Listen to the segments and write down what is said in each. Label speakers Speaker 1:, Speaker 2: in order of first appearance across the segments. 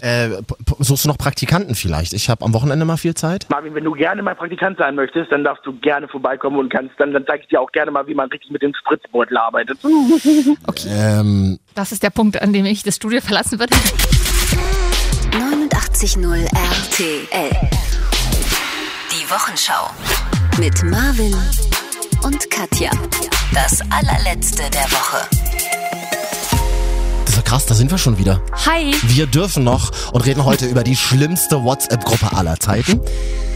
Speaker 1: Äh, p- p- suchst du noch Praktikanten vielleicht? Ich habe am Wochenende mal viel Zeit.
Speaker 2: Marvin, wenn du gerne mal Praktikant sein möchtest, dann darfst du gerne vorbeikommen und kannst, dann, dann zeige ich dir auch gerne mal, wie man richtig mit dem Spritzbeutel arbeitet.
Speaker 1: Ähm,
Speaker 3: Das ist der Punkt, an dem ich das Studio verlassen würde.
Speaker 4: 89.0 RTL. Die Wochenschau. Mit Marvin und Katja. Das allerletzte der Woche.
Speaker 1: das ist ja krass, da sind wir schon wieder.
Speaker 3: Hi!
Speaker 1: Wir dürfen noch und reden heute über die schlimmste WhatsApp-Gruppe aller Zeiten.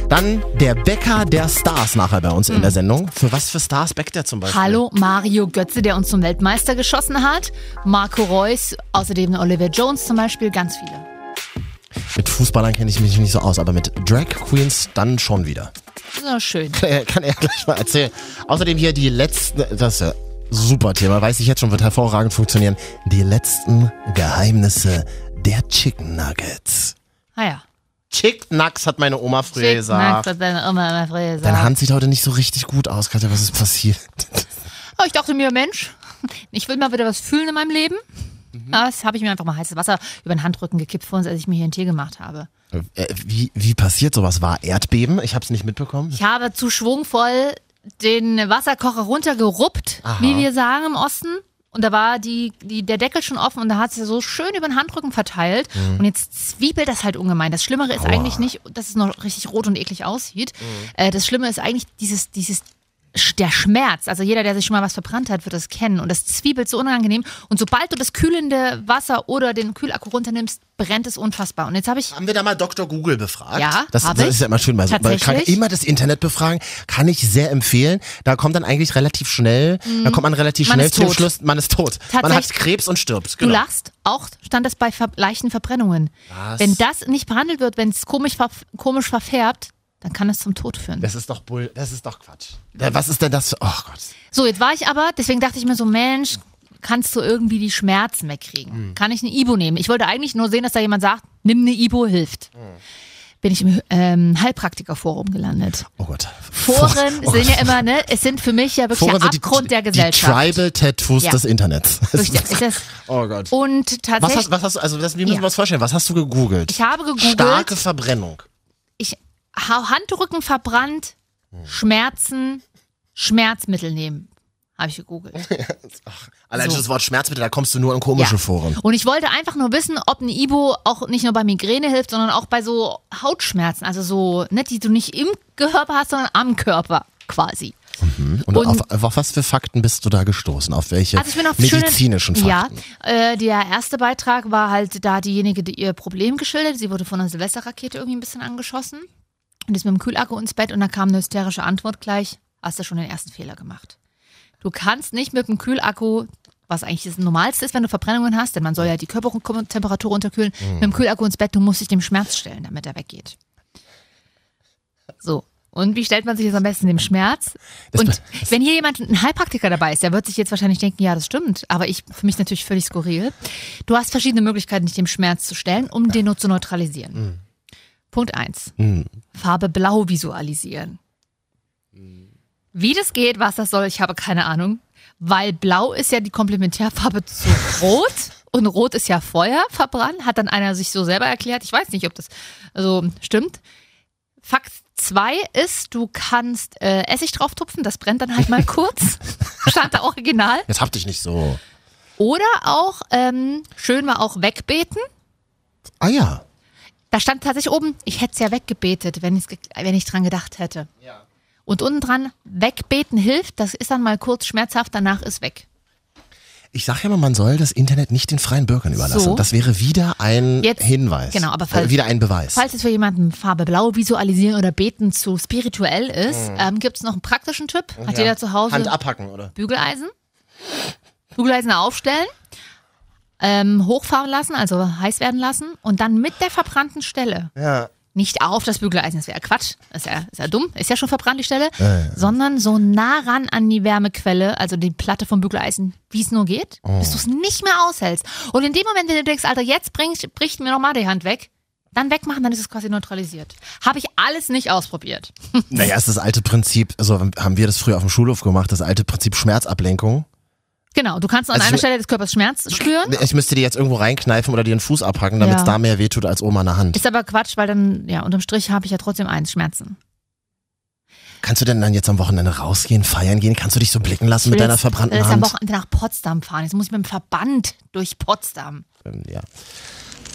Speaker 1: Dann der Bäcker der Stars nachher bei uns in der Sendung. Für was für Stars bäckt der zum Beispiel?
Speaker 3: Hallo Mario Götze, der uns zum Weltmeister geschossen hat. Marco Reus, außerdem Oliver Jones zum Beispiel, ganz viele.
Speaker 1: Mit Fußballern kenne ich mich nicht so aus, aber mit Drag Queens dann schon wieder.
Speaker 3: Das ist doch schön.
Speaker 1: Kann er, kann er gleich mal erzählen. Außerdem hier die letzten, das ist ja super Thema, weiß ich jetzt schon, wird hervorragend funktionieren. Die letzten Geheimnisse der Chicken Nuggets.
Speaker 3: Ah ja.
Speaker 1: Chick Nuggets hat meine Oma früher
Speaker 3: Schick,
Speaker 1: gesagt.
Speaker 3: nice, hat deine Oma immer früher gesagt.
Speaker 1: Deine Hand sieht heute nicht so richtig gut aus, Katja, was ist passiert?
Speaker 3: Oh, ich dachte mir, Mensch, ich will mal wieder was fühlen in meinem Leben. Aber Das habe ich mir einfach mal heißes Wasser über den Handrücken gekippt vor uns, als ich mir hier einen Tee gemacht habe.
Speaker 1: Äh, wie, wie passiert sowas? War Erdbeben? Ich habe es nicht mitbekommen.
Speaker 3: Ich habe zu schwungvoll den Wasserkocher runtergeruppt,
Speaker 1: Aha.
Speaker 3: wie wir sagen im Osten. Und da war die, die, der Deckel schon offen und da hat es so schön über den Handrücken verteilt. Und jetzt zwiebelt das halt ungemein. Das Schlimmere ist eigentlich nicht, dass es noch richtig rot und eklig aussieht. Äh, das Schlimme ist eigentlich dieses, dieses, sch- der Schmerz. Also jeder, der sich schon mal was verbrannt hat, wird das kennen. Und das zwiebelt so unangenehm. Und sobald du das kühlende Wasser oder den Kühlakku runternimmst, brennt es unfassbar. Und jetzt habe ich
Speaker 1: Haben wir da mal Dr. Google befragt?
Speaker 3: Ja,
Speaker 1: das,
Speaker 3: hab
Speaker 1: das
Speaker 3: ich.
Speaker 1: ist ja immer schön, weil, weil
Speaker 3: Tatsächlich.
Speaker 1: kann immer das Internet befragen, kann ich sehr empfehlen. Da kommt dann eigentlich relativ schnell, da kommt man relativ
Speaker 3: Mhm. Man
Speaker 1: schnell
Speaker 3: ist
Speaker 1: zu dem
Speaker 3: tot.
Speaker 1: Schluss, man ist tot. Man
Speaker 3: Tatsächlich.
Speaker 1: hat Krebs und stirbt.
Speaker 3: Du
Speaker 1: Genau.
Speaker 3: lachst, auch stand das bei ver leichten Verbrennungen.
Speaker 1: Was?
Speaker 3: Wenn das nicht behandelt wird, wenn es komisch, verf komisch verfärbt, dann kann es zum Tod führen.
Speaker 1: Das ist doch Bull, das ist doch Quatsch. Ja, was ist denn das? für- Oh Gott.
Speaker 3: So, jetzt war ich aber, deswegen dachte ich mir so, Mensch, kannst du irgendwie die Schmerzen
Speaker 1: Hm.
Speaker 3: wegkriegen? Kann ich eine Ibo nehmen? Ich wollte eigentlich nur sehen, dass da jemand sagt, nimm eine Ibo, hilft.
Speaker 1: Hm.
Speaker 3: Bin ich im ähm, Heilpraktikerforum gelandet.
Speaker 1: Oh Gott.
Speaker 3: Foren
Speaker 1: Oh Gott.
Speaker 3: sind ja immer, ne, es sind für mich ja wirklich
Speaker 1: Foren
Speaker 3: der
Speaker 1: sind die-
Speaker 3: Abgrund der
Speaker 1: Die
Speaker 3: Gesellschaft.
Speaker 1: Tribal Tattoos
Speaker 3: Ja.
Speaker 1: des Internets.
Speaker 3: Durch- ist das-
Speaker 1: oh Gott.
Speaker 3: Und
Speaker 1: Was
Speaker 3: tatsächlich,
Speaker 1: hast, was hast du, also das, wie müssen
Speaker 3: Ja.
Speaker 1: wir uns vorstellen, was hast du gegoogelt?
Speaker 3: ich habe gegoogelt.
Speaker 1: Starke Verbrennung.
Speaker 3: ich ha- Handrücken verbrannt, Schmerzen, Schmerzmittel nehmen. Habe ich gegoogelt.
Speaker 1: Allein
Speaker 3: So.
Speaker 1: schon das Wort Schmerzmittel, da kommst du nur in komische Foren.
Speaker 3: Und ich wollte einfach nur wissen, ob eine Ibo auch nicht nur bei Migräne hilft, sondern auch bei so Hautschmerzen, also so, ne, die du nicht im Körper hast, sondern am Körper quasi.
Speaker 1: Und,
Speaker 3: Und-
Speaker 1: auf, auf was für Fakten bist du da gestoßen? Auf welche
Speaker 3: Also ich bin auf
Speaker 1: medizinischen
Speaker 3: schöne,
Speaker 1: Fakten?
Speaker 3: Ja, äh, der erste Beitrag war halt da diejenige, die ihr Problem geschildert. Sie wurde von einer Silvesterrakete irgendwie ein bisschen angeschossen und ist mit dem Kühlakku ins Bett und da kam eine hysterische Antwort gleich. Hast du schon den ersten Fehler gemacht? Du kannst nicht mit dem Kühlakku was eigentlich das Normalste ist, wenn du Verbrennungen hast, denn man soll ja die Körpertemperatur runterkühlen, mit
Speaker 1: Mhm.
Speaker 3: dem Kühlakku ins Bett, du musst dich dem Schmerz stellen, damit er weggeht. So. Und wie stellt man sich jetzt am besten dem Schmerz?
Speaker 1: Das
Speaker 3: und
Speaker 1: be-
Speaker 3: wenn hier jemand ein Heilpraktiker dabei ist, der wird sich jetzt wahrscheinlich denken, ja, das stimmt. Aber ich, für mich natürlich völlig skurril. Du hast verschiedene Möglichkeiten, dich dem Schmerz zu stellen, um den nur zu neutralisieren.
Speaker 1: Mhm.
Speaker 3: Punkt eins:
Speaker 1: Hm.
Speaker 3: Farbe blau visualisieren. Wie das geht, was das soll, ich habe keine Ahnung. Weil blau ist ja die Komplementärfarbe zu rot und rot ist ja Feuer verbrannt, hat dann einer sich so selber erklärt. Ich weiß nicht, ob das so stimmt. Fakt 2 ist, du kannst äh, Essig drauf tupfen, das brennt dann halt mal kurz. Stand da original.
Speaker 1: Jetzt hab dich nicht so.
Speaker 3: Oder auch, ähm, schön war auch wegbeten.
Speaker 1: Ah ja.
Speaker 3: Da stand tatsächlich oben, ich hätte es ja weggebetet, wenn, ich's ge- wenn ich dran gedacht hätte. Und unten dran, wegbeten hilft, das ist dann mal kurz schmerzhaft, danach ist weg.
Speaker 1: Ich sag ja mal, man soll das Internet nicht den freien Bürgern überlassen.
Speaker 3: So.
Speaker 1: Das wäre wieder ein
Speaker 3: Jetzt-
Speaker 1: Hinweis.
Speaker 3: genau, aber falls-
Speaker 1: äh, wieder ein Beweis.
Speaker 3: Falls es für jemanden Farbe Blau visualisieren oder beten zu spirituell ist, ähm, gibt es noch einen praktischen Tipp. Hat jeder zu Hause
Speaker 1: Hand abhacken, oder?
Speaker 3: Bügeleisen. Bügeleisen aufstellen, ähm, hochfahren lassen, also heiß werden lassen und dann mit der verbrannten Stelle
Speaker 1: Ja.
Speaker 3: nicht auf das Bügeleisen, das wäre Quatsch, ist ja, ist ja dumm, ist ja schon verbrannt die Stelle, sondern so nah ran an die Wärmequelle, also die Platte vom Bügeleisen, wie es nur geht,
Speaker 1: Oh.
Speaker 3: bis du es nicht mehr aushältst. Und in dem Moment, wenn du denkst, Alter, jetzt bricht, bricht mir nochmal die Hand weg, dann wegmachen, dann ist es quasi neutralisiert. Habe ich alles nicht ausprobiert.
Speaker 1: Naja, ist das alte Prinzip, also haben wir das früher auf dem Schulhof gemacht, das alte Prinzip Schmerzablenkung.
Speaker 3: Genau, du kannst an
Speaker 1: Also ich
Speaker 3: einer
Speaker 1: mü-
Speaker 3: Stelle des Körpers Schmerz spüren.
Speaker 1: Ich müsste dir jetzt irgendwo reinkneifen oder dir den Fuß abhacken, damit es
Speaker 3: Ja.
Speaker 1: da mehr wehtut als Oma eine Hand.
Speaker 3: Ist aber Quatsch, weil dann, ja, unterm Strich habe ich ja trotzdem eins, Schmerzen.
Speaker 1: Kannst du denn dann jetzt am Wochenende rausgehen, feiern gehen? Kannst du dich so blicken lassen mit
Speaker 3: Ich will
Speaker 1: deiner
Speaker 3: jetzt- äh,
Speaker 1: verbrannten
Speaker 3: will jetzt am
Speaker 1: Hand?
Speaker 3: Wochenende nach Potsdam fahren. Jetzt muss ich mit dem Verband durch Potsdam.
Speaker 1: Ähm, ja.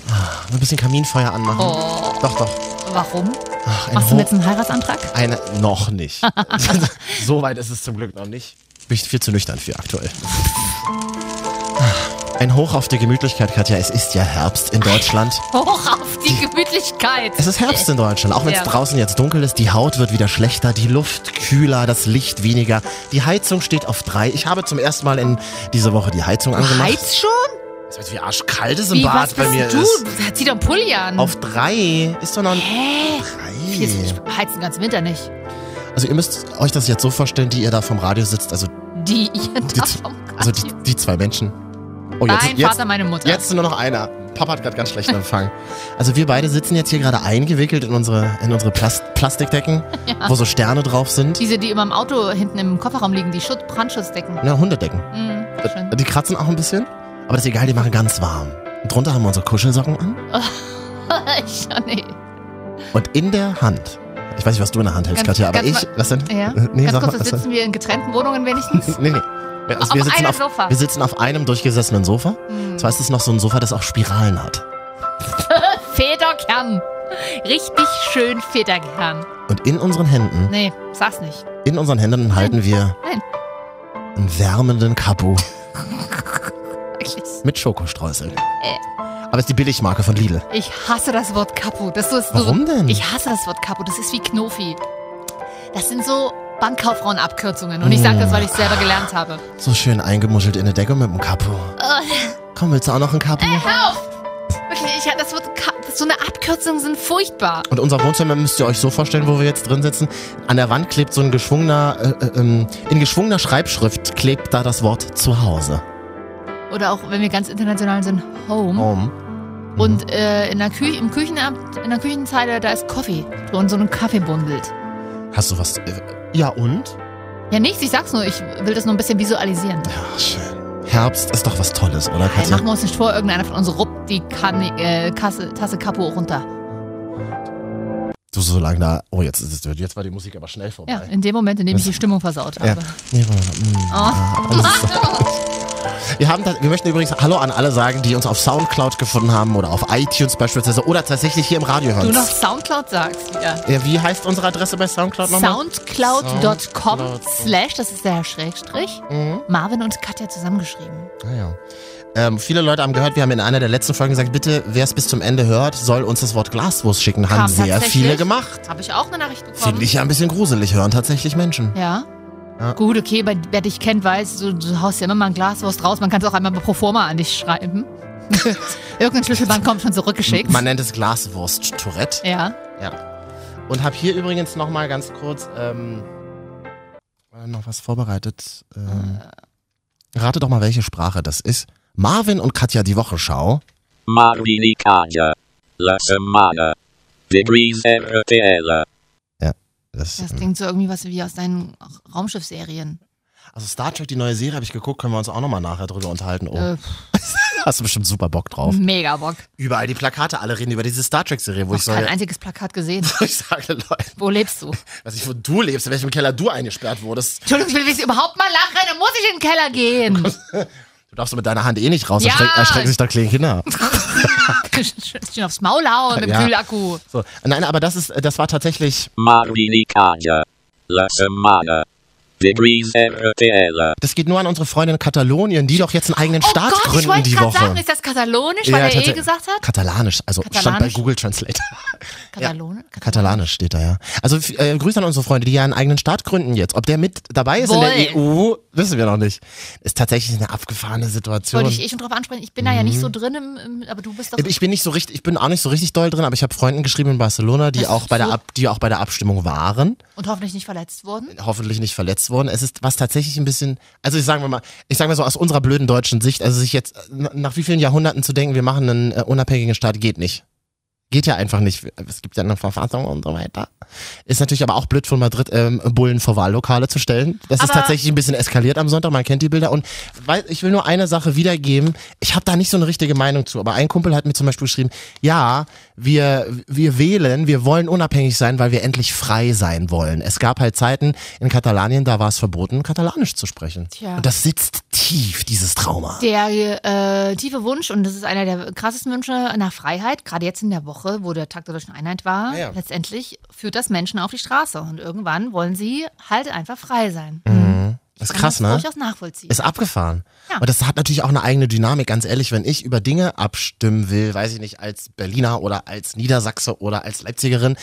Speaker 1: Ah, Ein bisschen Kaminfeuer anmachen.
Speaker 3: Oh.
Speaker 1: Doch, doch.
Speaker 3: Warum?
Speaker 1: Ach, ein
Speaker 3: Machst du
Speaker 1: Ho-
Speaker 3: mir jetzt einen Heiratsantrag?
Speaker 1: eine, noch nicht. so weit ist es zum Glück noch nicht. Bin ich viel zu nüchtern für aktuell. Ah, Ein Hoch auf die Gemütlichkeit, Katja. Es ist ja Herbst in Deutschland.
Speaker 3: Hoch auf die Gemütlichkeit.
Speaker 1: Es ist Herbst in Deutschland, auch wenn es
Speaker 3: Ja.
Speaker 1: draußen jetzt dunkel ist. Die Haut wird wieder schlechter, die Luft kühler, das Licht weniger. Die Heizung steht auf drei. Ich habe zum ersten Mal in dieser Woche die Heizung angemacht.
Speaker 3: Äh, Heiz schon?
Speaker 1: Das heißt, wie arschkalt es im
Speaker 3: Wie, was
Speaker 1: Bad bei
Speaker 3: bist
Speaker 1: mir
Speaker 3: du?
Speaker 1: ist.
Speaker 3: Hat sie doch einen Pulli an.
Speaker 1: Auf drei ist doch noch ein...
Speaker 3: Hä? Ich
Speaker 1: Drei.
Speaker 3: heiz den ganzen Winter nicht.
Speaker 1: Also ihr müsst euch das jetzt so vorstellen, die ihr da vom Radio sitzt. Also,
Speaker 3: Die ihr
Speaker 1: die,
Speaker 3: da vom
Speaker 1: also die, die zwei Menschen. Oh, jetzt,
Speaker 3: Mein
Speaker 1: jetzt,
Speaker 3: Vater, meine Mutter.
Speaker 1: jetzt nur noch einer. Papa hat gerade ganz schlechten Empfang. Also wir beide sitzen jetzt hier gerade eingewickelt in unsere, in unsere Plast Plastikdecken, wo so Sterne drauf sind.
Speaker 3: Diese, die immer im Auto hinten im Kofferraum liegen, die Schutz Brandschutzdecken.
Speaker 1: Na, Hundedecken.
Speaker 3: Mhm, schön.
Speaker 1: Die kratzen auch ein bisschen, aber das ist egal, die machen ganz warm. Und drunter haben wir unsere Kuschelsocken an äh,
Speaker 3: ja, nee.
Speaker 1: und in der Hand. Ich weiß nicht, was du in der Hand hältst,
Speaker 3: Ganz-
Speaker 1: Katja, aber
Speaker 3: ganz
Speaker 1: ich. Was denn?
Speaker 3: Ja.
Speaker 1: äh, Nee,
Speaker 3: Ganz
Speaker 1: sag mal.
Speaker 3: kurz, jetzt
Speaker 1: Was denn?
Speaker 3: sitzen wir in getrennten Wohnungen wenigstens.
Speaker 1: Nee, nee. Also
Speaker 3: Auf
Speaker 1: wir, sitzen
Speaker 3: einem
Speaker 1: auf,
Speaker 3: Sofa. Mhm.
Speaker 1: wir sitzen auf einem durchgesessenen Sofa. Zwar ist es noch so ein Sofa, das auch Spiralen hat.
Speaker 3: Federkern. Richtig schön Federkern.
Speaker 1: Und in unseren Händen,
Speaker 3: Nee, sag's nicht.
Speaker 1: in unseren Händen halten wir
Speaker 3: Nein.
Speaker 1: einen wärmenden Kapu
Speaker 3: Wirklich.
Speaker 1: mit Schokostreuseln.
Speaker 3: Äh.
Speaker 1: Aber ist die Billigmarke von Lidl.
Speaker 3: Ich hasse das Wort Kapu. Das ist so,
Speaker 1: Warum denn?
Speaker 3: Ich hasse das Wort Kapu. Das ist wie Knofi. Das sind so Bankkauffrauen-Abkürzungen. Und ich sage das, weil ich selber gelernt habe.
Speaker 1: So schön eingemuschelt in eine Decke mit einem Kapu.
Speaker 3: Oh.
Speaker 1: Komm, willst du auch noch einen Kapu?
Speaker 3: Äh. Wirklich, ich, das Wort Ka das, so eine Abkürzung sind furchtbar.
Speaker 1: Und unser Wohnzimmer müsst ihr euch so vorstellen, wo wir jetzt drin sitzen. An der Wand klebt so ein geschwungener, äh, äh, ähm, in geschwungener Schreibschrift klebt da das Wort Zuhause.
Speaker 3: Oder auch, wenn wir ganz international sind, Home.
Speaker 1: Home.
Speaker 3: Und äh, in, der Kü im Küchenamt, in der Küchenzeile, da ist Coffee. So in so einem Kaffeebundelt.
Speaker 1: Hast du was? Äh, ja und?
Speaker 3: Ja, nichts, ich sag's nur. Ich will das nur ein bisschen visualisieren.
Speaker 1: Ach, schön. Herbst ist doch was Tolles, oder
Speaker 3: Hey,
Speaker 1: Katja?
Speaker 3: Äh, machen wir uns nicht vor, irgendeiner von uns ruppt die Kanne, äh, Kasse, Tasse Kapo runter.
Speaker 1: Du so lange da. Oh, jetzt, ist es- jetzt war die Musik aber schnell vorbei.
Speaker 3: Ja, in dem Moment, in dem ich die Stimmung versaut habe.
Speaker 1: Nee, warte mal. Mm, ah, alles so. Wir, haben da, wir möchten übrigens Hallo an alle sagen, die uns auf Soundcloud gefunden haben oder auf iTunes beispielsweise oder tatsächlich hier im Radio hören.
Speaker 3: Du noch Soundcloud sagst, ja.
Speaker 1: ja, wie heißt unsere Adresse bei Soundcloud nochmal?
Speaker 3: Soundcloud.com
Speaker 1: Soundcloud.
Speaker 3: slash, das ist der Schrägstrich,
Speaker 1: Mhm.
Speaker 3: Marvin und Katja zusammengeschrieben.
Speaker 1: Ah, ja. Ähm, viele Leute haben gehört, wir haben in einer der letzten Folgen gesagt, bitte, wer es bis zum Ende hört, soll uns das Wort Glaswurst schicken. Haben
Speaker 3: Kam
Speaker 1: sehr
Speaker 3: tatsächlich.
Speaker 1: viele gemacht.
Speaker 3: Habe ich auch eine Nachricht bekommen.
Speaker 1: Finde ich ja ein bisschen gruselig, hören tatsächlich Menschen.
Speaker 3: Ja. Gut, okay, bei, wer dich kennt, weiß, du, du haust ja immer mal ein Glaswurst raus. Man kann es auch einmal pro forma an dich schreiben. Irgendein Schlüsselband kommt schon zurückgeschickt.
Speaker 1: Man nennt es Glaswurst-Tourette.
Speaker 3: ja.
Speaker 1: Ja. Und habe hier übrigens nochmal ganz kurz ähm, äh, noch was vorbereitet. Ähm,
Speaker 3: Äh.
Speaker 1: Rate doch mal, welche Sprache das ist. Marvin und Katja die Wochenschau.
Speaker 5: Marvini Caglia. La settimana. De Breeze RTL.
Speaker 1: Das,
Speaker 3: Das
Speaker 1: ähm,
Speaker 3: klingt so irgendwie was wie aus deinen Raumschiffserien.
Speaker 1: also Star Trek, die neue Serie, habe ich geguckt, können wir uns auch nochmal nachher drüber unterhalten. Oh,
Speaker 3: Äh,
Speaker 1: hast du bestimmt super Bock drauf.
Speaker 3: mega Bock.
Speaker 1: Überall die Plakate, alle reden über diese Star Trek-Serie, wo ich
Speaker 3: Kein
Speaker 1: sage,
Speaker 3: einziges Plakat gesehen.
Speaker 1: ich sage, Leute,
Speaker 3: Wo lebst du?
Speaker 1: weiß nicht, wo du lebst, in welchem Keller du eingesperrt wurdest.
Speaker 3: Entschuldigung, ich will jetzt überhaupt mal lachen, dann muss ich in den Keller
Speaker 1: Oh
Speaker 3: gehen.
Speaker 1: Du darfst doch mit deiner Hand eh nicht raus,
Speaker 3: Ja.
Speaker 1: erschreck, erschrecken sich doch kleine Kinder.
Speaker 3: Schön aufs Maul hauen mit dem
Speaker 1: Ja.
Speaker 3: Kühlakku. Oh
Speaker 1: So. Nein, aber das ist, das war tatsächlich,
Speaker 5: Marvini Caglia. La settimana. De Breeze RTL.
Speaker 1: das geht nur an unsere Freundin in Katalonien, die doch jetzt einen eigenen
Speaker 3: Oh
Speaker 1: Staat
Speaker 3: Gott, ich
Speaker 1: gründen
Speaker 3: wollte
Speaker 1: die
Speaker 3: gerade
Speaker 1: Woche.
Speaker 3: sagen, ist das katalonisch, weil er eh
Speaker 1: tatsä-
Speaker 3: gesagt hat?
Speaker 1: Katalanisch, also stand bei
Speaker 3: Katalanisch?
Speaker 1: Google Translate.
Speaker 3: Katalone?
Speaker 1: Katalanisch steht da, ja. Also f- äh, Grüße an unsere Freunde, die ja einen eigenen Staat gründen jetzt. Ob der mit dabei ist in der EU, wissen wir noch nicht. Ist tatsächlich eine abgefahrene Situation.
Speaker 3: Wollte ich eh schon drauf ansprechen. Ich bin da ja
Speaker 1: Mhm.
Speaker 3: nicht so drin, im, im, aber du bist doch.
Speaker 1: Ich bin nicht so richtig, ich bin auch nicht so richtig doll drin, aber ich habe Freunden geschrieben in Barcelona, die
Speaker 3: Das
Speaker 1: auch
Speaker 3: ist
Speaker 1: bei der
Speaker 3: so-
Speaker 1: Ab, die auch bei der Abstimmung waren,
Speaker 3: und hoffentlich nicht verletzt worden.
Speaker 1: hoffentlich nicht verletzt wurden. Es ist was tatsächlich ein bisschen, also ich sage mal, ich sage mal so aus unserer blöden deutschen Sicht, also sich jetzt äh, nach wie vielen Jahrhunderten zu denken, wir machen einen äh, unabhängigen Staat, geht nicht. Geht ja einfach nicht. Es gibt ja eine Verfassung und so weiter. Ist natürlich aber auch blöd von Madrid, ähm, Bullen vor Wahllokale zu stellen. Das ist
Speaker 3: Aber-
Speaker 1: tatsächlich ein bisschen eskaliert am Sonntag. Man kennt die Bilder. Und weil, ich will nur eine Sache wiedergeben. Ich habe da nicht so eine richtige Meinung zu. Aber ein Kumpel hat mir zum Beispiel geschrieben, ja, wir, wir wählen, wir wollen unabhängig sein, weil wir endlich frei sein wollen. Es gab halt Zeiten in Katalanien, da war es verboten, katalanisch zu sprechen.
Speaker 3: Tja.
Speaker 1: Und das sitzt tief, dieses Trauma.
Speaker 3: Der äh, tiefe Wunsch, und das ist einer der krassesten Wünsche nach Freiheit, gerade jetzt in der Woche, wo der Tag der deutschen Einheit war,
Speaker 1: Ah ja.
Speaker 3: letztendlich führt das Menschen auf die Straße. Und irgendwann wollen sie halt einfach frei sein.
Speaker 1: Das ist
Speaker 3: Kann
Speaker 1: krass,
Speaker 3: das
Speaker 1: ne?
Speaker 3: durchaus nachvollziehen.
Speaker 1: Ist abgefahren.
Speaker 3: Ja.
Speaker 1: Und das hat natürlich auch eine eigene Dynamik, ganz ehrlich, wenn ich über Dinge abstimmen will, weiß ich nicht, als Berliner oder als Niedersachse oder als Leipzigerin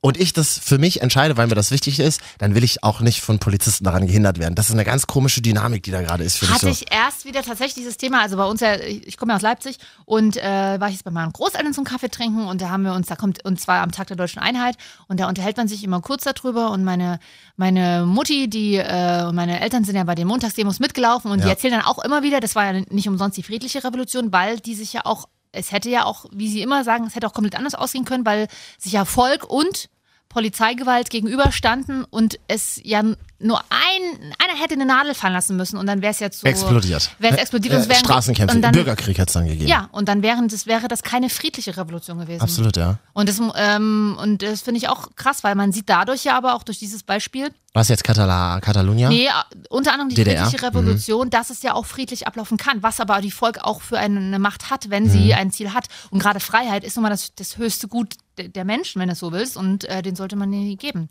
Speaker 1: und ich das für mich entscheide, weil mir das wichtig ist, dann will ich auch nicht von Polizisten daran gehindert werden. Das ist eine ganz komische Dynamik, die da gerade ist, finde ich
Speaker 3: Hatte
Speaker 1: so.
Speaker 3: ich erst wieder tatsächlich dieses Thema, also bei uns ja, ich komme ja aus Leipzig und äh, war ich jetzt bei meinen Großeltern zum Kaffee trinken und da haben wir uns, da kommt, und zwar am Tag der Deutschen Einheit und da unterhält man sich immer kurz darüber und meine, meine Mutti, die, äh, und meine Eltern sind ja bei den Montagsdemos mitgelaufen und
Speaker 1: Ja.
Speaker 3: die erzählen dann auch immer wieder, das war ja nicht umsonst die friedliche Revolution, weil die sich ja auch, es hätte ja auch, wie sie immer sagen, es hätte auch komplett anders ausgehen können, weil sich ja Volk und Polizeigewalt gegenüberstanden und es ja nur ein, einer hätte eine Nadel fallen lassen müssen und dann wäre es ja zu.
Speaker 1: Explodiert.
Speaker 3: Wäre es explodiert und es
Speaker 1: äh,
Speaker 3: wären-
Speaker 1: Straßenkämpfe,
Speaker 3: und dann-
Speaker 1: Bürgerkrieg hat es dann gegeben.
Speaker 3: Ja, und dann wären das, wäre das keine friedliche Revolution gewesen.
Speaker 1: Absolut, ja.
Speaker 3: Und das, ähm, und das finde ich auch krass, weil man sieht dadurch ja aber auch durch dieses Beispiel,
Speaker 1: Was jetzt Katala Katalonia?
Speaker 3: nee, äh, unter anderem die
Speaker 1: DDR. Mhm.
Speaker 3: friedliche Revolution, dass es ja auch friedlich ablaufen kann, was aber die Volk auch für eine Macht hat, wenn
Speaker 1: Mhm.
Speaker 3: sie ein Ziel hat. Und gerade Freiheit ist nun mal das, das höchste Gut de- der Menschen, wenn du es so willst, und äh, den sollte man nie geben.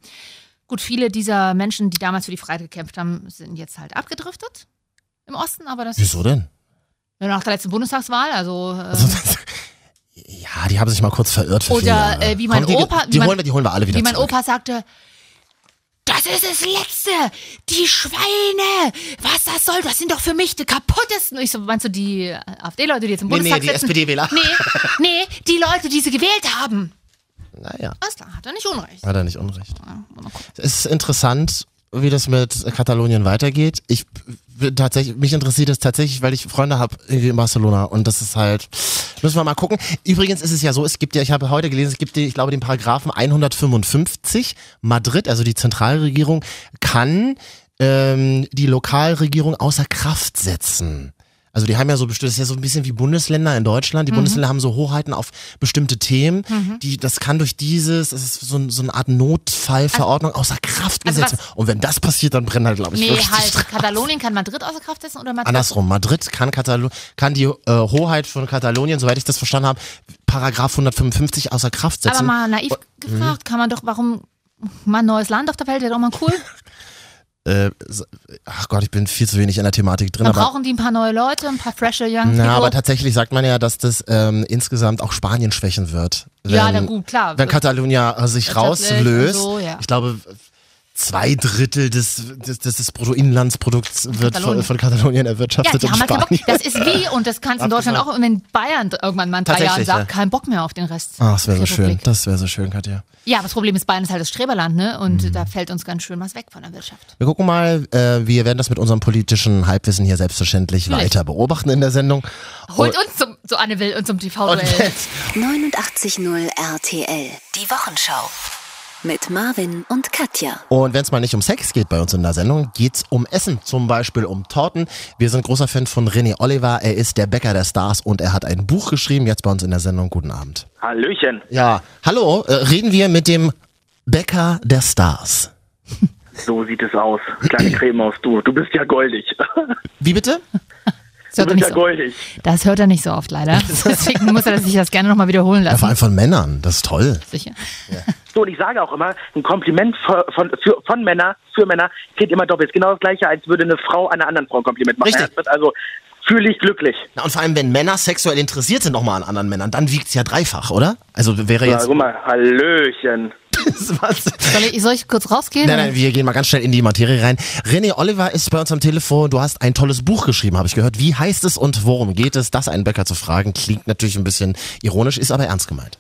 Speaker 3: Gut, viele dieser Menschen, die damals für die Freiheit gekämpft haben, sind jetzt halt abgedriftet im Osten, aber das
Speaker 1: Wieso denn?
Speaker 3: Ja, nach der letzten Bundestagswahl, also. Äh,
Speaker 1: Also, das, ja, die haben sich mal kurz verirrt. Für
Speaker 3: Oder,
Speaker 1: viele Jahre.
Speaker 3: äh, wie mein
Speaker 1: Komm, die,
Speaker 3: Opa- wie
Speaker 1: Die,
Speaker 3: mein-
Speaker 1: holen wir, die holen wir alle wieder
Speaker 3: wie mein
Speaker 1: zurück.
Speaker 3: Opa sagte, das ist das Letzte! Die Schweine! Was das soll, das sind doch für mich die kaputtesten. Ich so, meinst du die äh, AfD-Leute, die jetzt im
Speaker 1: nee, nee,
Speaker 3: Bundestag
Speaker 1: die
Speaker 3: sitzen?
Speaker 1: SPD-Wähler.
Speaker 3: Nee, nee, die Leute, die sie gewählt haben.
Speaker 1: Naja.
Speaker 3: Alles klar, hat er nicht Unrecht.
Speaker 1: Hat er nicht unrecht. Es ist interessant, wie das mit Katalonien weitergeht. Ich bin tatsächlich, mich interessiert es tatsächlich, weil ich Freunde habe in Barcelona und das ist halt, müssen wir mal gucken. Übrigens ist es ja so, es gibt ja, ich habe heute gelesen, es gibt, die, ich glaube, den Paragraphen 155. Madrid, also die Zentralregierung, kann ähm, die Lokalregierung außer Kraft setzen. Also die haben ja so bestimmt, das ist ja so ein bisschen wie Bundesländer in Deutschland. Die
Speaker 3: Mhm.
Speaker 1: Bundesländer haben so Hoheiten auf bestimmte Themen. Die, das kann durch dieses, es ist so, ein, so eine Art Notfallverordnung außer Kraft
Speaker 3: also
Speaker 1: gesetzt. werden. Und wenn das passiert, dann brennen halt, glaube ich,
Speaker 3: Nee,
Speaker 1: wirklich die
Speaker 3: halt.
Speaker 1: Straßen.
Speaker 3: Katalonien kann Madrid außer Kraft setzen oder Madrid?
Speaker 1: Andersrum, Madrid kann, Katalo kann die äh, Hoheit von Katalonien, soweit ich das verstanden habe, Paragraph 155 außer Kraft
Speaker 3: Aber
Speaker 1: setzen. Oh, mhm.
Speaker 3: mal naiv gefragt, kann man doch, warum mal ein neues Land auf der Welt, wäre doch mal cool.
Speaker 1: Äh, so- ach Gott, ich bin viel zu wenig in der Thematik drin.
Speaker 3: Dann
Speaker 1: aber
Speaker 3: brauchen die ein paar neue Leute, ein paar fresher Young
Speaker 1: Na, aber
Speaker 3: People.
Speaker 1: tatsächlich sagt man ja, dass das ähm, insgesamt auch Spanien schwächen wird.
Speaker 3: Ja,
Speaker 1: Wenn-
Speaker 3: na gut, klar.
Speaker 1: Wenn Katalonia äh, sich
Speaker 3: Wirtschaftlich
Speaker 1: rauslöst,
Speaker 3: und so, ja.
Speaker 1: ich glaube, zwei Drittel des, des, des, des Bruttoinlandsprodukts wird von,
Speaker 3: Katalonien.
Speaker 1: von Katalonien
Speaker 3: Ja,
Speaker 1: erwirtschaftet
Speaker 3: die
Speaker 1: und
Speaker 3: haben halt keinen
Speaker 1: Spanien.
Speaker 3: Bock. Das ist wie, und das kannst du in Deutschland auch, wenn Bayern irgendwann mal in drei Jahren
Speaker 1: Tatsächlich,
Speaker 3: sagt,
Speaker 1: ja.
Speaker 3: keinen Bock mehr auf den Rest.
Speaker 1: Ach, Ah, das wäre so
Speaker 3: der
Speaker 1: schön.
Speaker 3: Republik.
Speaker 1: Das wäre so schön, Katja.
Speaker 3: Ja, aber das Problem ist, Bayern ist halt das Streberland, ne? Und
Speaker 1: Mhm.
Speaker 3: da fällt uns ganz schön was weg von der Wirtschaft.
Speaker 1: Wir gucken mal, äh, wir werden das mit unserem politischen Halbwissen hier selbstverständlich
Speaker 3: Natürlich.
Speaker 1: weiter beobachten in der Sendung.
Speaker 3: Holt uns zum, zu Anne Will und zum
Speaker 1: Und-
Speaker 3: TV-Duell.
Speaker 4: 89.0 RTL. Die Wochenschau. Mit Marvin und Katja.
Speaker 1: Und wenn es mal nicht um Sex geht bei uns in der Sendung, geht's um Essen, zum Beispiel um Torten. Wir sind großer Fan von René Oliver, er ist der Bäcker der Stars und er hat ein Buch geschrieben, jetzt bei uns in der Sendung. Guten Abend.
Speaker 2: Hallöchen.
Speaker 1: Ja, hallo, äh, reden wir mit dem Bäcker der Stars.
Speaker 2: So sieht es aus. Kleine Creme aus du. Du bist ja goldig.
Speaker 1: Wie bitte?
Speaker 3: Das
Speaker 2: Du
Speaker 3: hört, er
Speaker 2: bist
Speaker 3: nicht
Speaker 2: ja
Speaker 3: so, oft.
Speaker 2: goldig.
Speaker 3: das hört er nicht so oft, leider. Deswegen muss er sich das gerne nochmal wiederholen
Speaker 1: Ja, vor
Speaker 3: lassen.
Speaker 1: allem von Männern, das ist toll.
Speaker 3: Sicher.
Speaker 2: So, und ich sage auch immer, ein Kompliment von, von, für, von Männer für Männer geht immer doppelt. Genau das gleiche, als würde eine Frau einer anderen Frau ein Kompliment machen.
Speaker 1: Richtig.
Speaker 2: Ja, das- Also fühle ich glücklich.
Speaker 1: Na, und vor allem, wenn Männer sexuell interessiert sind nochmal an anderen Männern, dann wiegt's ja dreifach, oder? Also wäre
Speaker 2: Ja,
Speaker 1: jetzt...
Speaker 2: guck mal, Hallöchen.
Speaker 1: Was?
Speaker 3: Soll ich, soll ich kurz rausgehen?
Speaker 1: Nein, nein, wir gehen mal ganz schnell in die Materie rein. René Oliver ist bei uns am Telefon. Du hast ein tolles Buch geschrieben, habe ich gehört. Wie heißt es und worum geht es? Das einen Bäcker zu fragen, klingt natürlich ein bisschen ironisch, ist aber ernst gemeint.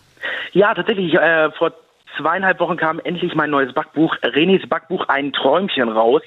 Speaker 2: Ja, tatsächlich. Äh, vor zweieinhalb Wochen kam endlich mein neues Backbuch, Renis Backbuch, ein Träumchen raus.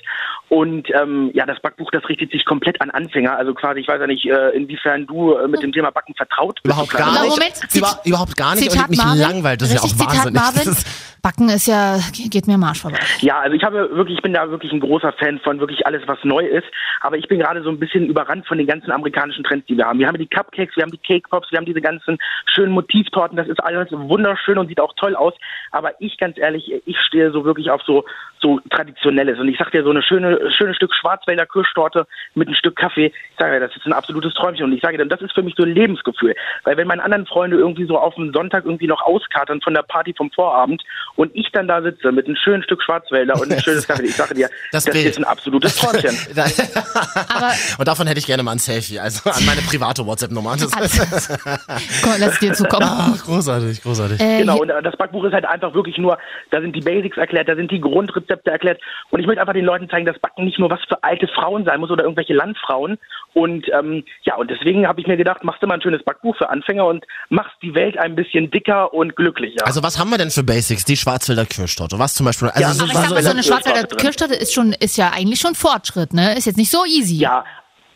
Speaker 2: Und ähm, ja, das Backbuch, das richtet sich komplett an Anfänger. Also quasi, ich weiß ja nicht, äh, inwiefern du äh, mit dem Thema Backen vertraut bist.
Speaker 1: Überhaupt
Speaker 2: du kleiner
Speaker 1: gar
Speaker 3: Aber
Speaker 1: nicht.
Speaker 3: Moment, Zit-
Speaker 1: Über, überhaupt gar nicht.
Speaker 3: Zitat
Speaker 1: und mich
Speaker 3: Marvin.
Speaker 1: langweilt das ist ja auch
Speaker 3: Richtig, Zitat
Speaker 1: wahnsinnig.
Speaker 3: Marvin.
Speaker 1: Das ist,
Speaker 3: Backen ist ja, geht mir am Arsch vorbei.
Speaker 2: Ja, also ich habe wirklich, ich bin da wirklich ein großer Fan von wirklich alles, was neu ist. Aber ich bin gerade so ein bisschen überrannt von den ganzen amerikanischen Trends, die wir haben. Wir haben die Cupcakes, wir haben die Cake Pops, wir haben diese ganzen schönen Motivtorten. Das ist alles wunderschön und sieht auch toll aus. Aber ich ganz ehrlich, ich stehe so wirklich auf so so traditionelles. Und ich sag dir so eine schöne schöne Stück Schwarzwälder Kirschtorte mit ein Stück Kaffee. Ich sage, das ist ein absolutes Träumchen. Und ich sage dir, das ist für mich so ein Lebensgefühl. Weil wenn meine anderen Freunde irgendwie so auf dem Sonntag irgendwie noch auskatern von der Party vom Vorabend und ich dann da sitze mit einem schönen Stück Schwarzwälder und ein schönes Kaffee, ich sage dir,
Speaker 1: Das
Speaker 2: das,
Speaker 1: Bild.
Speaker 2: ist ein absolutes Träumchen.
Speaker 3: Aber
Speaker 1: und davon hätte ich gerne mal ein Selfie, also an meine private WhatsApp-Nummer. Das
Speaker 3: alles. Komm, lass dir zukommen.
Speaker 1: Ach, großartig, großartig.
Speaker 3: Äh,
Speaker 2: Genau,
Speaker 3: hier-
Speaker 2: und äh, das Backbuch ist halt einfach wirklich nur, da sind die Basics erklärt, da sind die Grundrezepte erklärt. Und ich möchte einfach den Leuten zeigen, dass Backen nicht nur was für alte Frauen sein muss oder irgendwelche Landfrauen. Und ähm, ja, und deswegen habe ich mir gedacht, machst du mal ein schönes Backbuch für Anfänger und machst die Welt ein bisschen dicker und glücklicher.
Speaker 1: Also was haben wir denn für Basics? Die Schwarzwälder Kirschtorte. Was zum Beispiel? Also
Speaker 2: Ja,
Speaker 3: aber ich sag mal, so eine
Speaker 2: Kirschtorte
Speaker 3: Schwarzwälder
Speaker 2: drin.
Speaker 3: Kirschtorte ist schon, ist ja eigentlich schon Fortschritt, ne? Ist jetzt nicht so easy.
Speaker 2: Ja,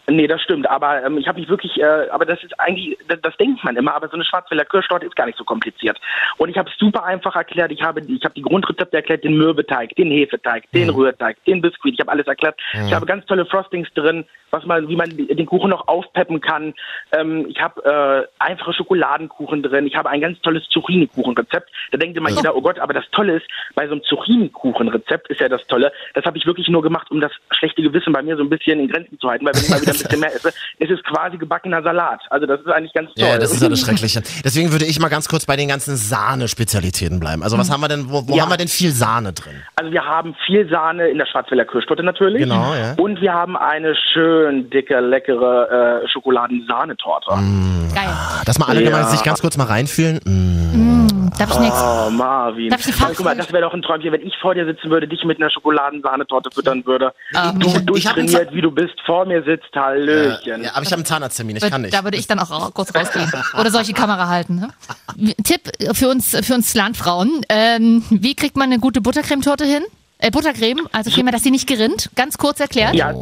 Speaker 2: nee, das stimmt. Aber ähm, ich habe mich wirklich, äh, aber das ist eigentlich, das, das denkt man immer, aber so eine Schwarzwälder Kirschtorte ist gar nicht so kompliziert. Und ich habe es super einfach erklärt. Ich habe, ich habe die Grundrezepte erklärt, den Mürbeteig, den Hefeteig, den Rührteig, den Biskuit. Ich habe alles erklärt. Ich habe ganz tolle Frostings drin, was man, wie man die- den Kuchen noch aufpeppen kann. Ähm, ich habe äh, einfache Schokoladenkuchen drin. Ich habe ein ganz tolles Zucchini-Kuchenrezept. Da denkt immer jeder, oh Gott, aber das Tolle ist, bei so einem Zucchini-Kuchenrezept ist ja das Tolle. Das habe ich wirklich nur gemacht, um das schlechte Gewissen bei mir so ein bisschen in Grenzen zu halten, weil wenn ich mal wieder ein bisschen mehr esse, ist es quasi gebackener Salat. Also das ist eigentlich ganz toll.
Speaker 1: Ja, das ist ja das Schreckliche. Deswegen würde ich mal ganz kurz bei den ganzen Sahne-Spezialitäten bleiben. Also was
Speaker 3: Hm.
Speaker 1: haben wir denn, wo, wo
Speaker 2: Ja.
Speaker 1: haben wir denn viel Sahne drin?
Speaker 2: Also wir haben viel Sahne in der Schwarzwälder Kirschtorte natürlich.
Speaker 1: Genau, ja.
Speaker 2: Und wir haben eine schön dicke, leckere äh, Schokoladensahnetorte.
Speaker 1: Mhm.
Speaker 3: Geil.
Speaker 1: Ah, Dass mal alle
Speaker 2: Ja.
Speaker 1: mal sich ganz kurz mal reinfühlen. Mm.
Speaker 3: Darf ich nichts?
Speaker 2: Oh, Marvin.
Speaker 3: Darf ich die Fachfrage-
Speaker 2: Guck mal, das wäre doch ein Träumchen, wenn ich vor dir sitzen würde, dich mit einer Schokoladensahnetorte füttern würde.
Speaker 3: Ah,
Speaker 1: ich hab-
Speaker 2: du
Speaker 1: ich hab einen
Speaker 2: durchtrainiert, wie du bist, vor mir sitzt, Hallöchen.
Speaker 1: Ja, aber ich habe einen Zahnarzttermin, ich kann nicht.
Speaker 3: Da würde ich dann auch ra- kurz rausgehen. Oder solche Kamera halten. Ne? Tipp für uns, für uns Landfrauen. Ähm, wie kriegt man eine gute Buttercremetorte hin? Äh, Buttercreme, also vielmehr, dass sie nicht gerinnt. Ganz kurz erklärt.
Speaker 2: Ja,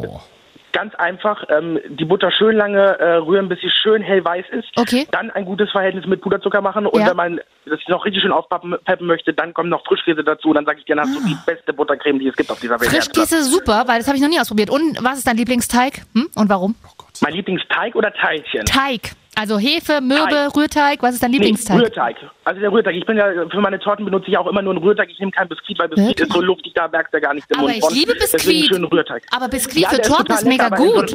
Speaker 2: ganz einfach. Ähm, die Butter schön lange äh, rühren, bis sie schön hellweiß ist.
Speaker 3: Okay.
Speaker 2: Dann ein gutes Verhältnis mit Puderzucker machen. Und
Speaker 3: Ja.
Speaker 2: wenn man das noch richtig schön aufpeppen peppen möchte, dann kommt noch Frischkäse dazu. Und dann sage ich dir, dann hast du die beste Buttercreme, die es gibt auf dieser Welt.
Speaker 3: Ah. Frischkäse super, weil das habe ich noch nie ausprobiert. Und was ist dein Lieblingsteig? Hm? Und warum?
Speaker 2: Mein Lieblingsteig oder Teilchen?
Speaker 3: Teig. Also Hefe, Mürbe,
Speaker 2: Teig.
Speaker 3: Rührteig. Was ist dein
Speaker 2: Nee,
Speaker 3: Lieblingsteig?
Speaker 2: Rührteig. Also der Rührteig. Ich bin ja, für meine Torten benutze ich auch immer nur einen Rührteig. Ich nehme kein Biskuit, weil Biskuit
Speaker 3: Wirklich?
Speaker 2: ist so luftig, da merkst du gar nichts im
Speaker 3: Aber
Speaker 2: Mund
Speaker 3: ich
Speaker 2: von.
Speaker 3: liebe
Speaker 2: Deswegen
Speaker 3: Biskuit.
Speaker 2: schön Rührteig.
Speaker 3: Aber Biskuit für
Speaker 2: der ist
Speaker 3: Torten
Speaker 2: total
Speaker 3: ist mega
Speaker 2: aber in so
Speaker 3: gut.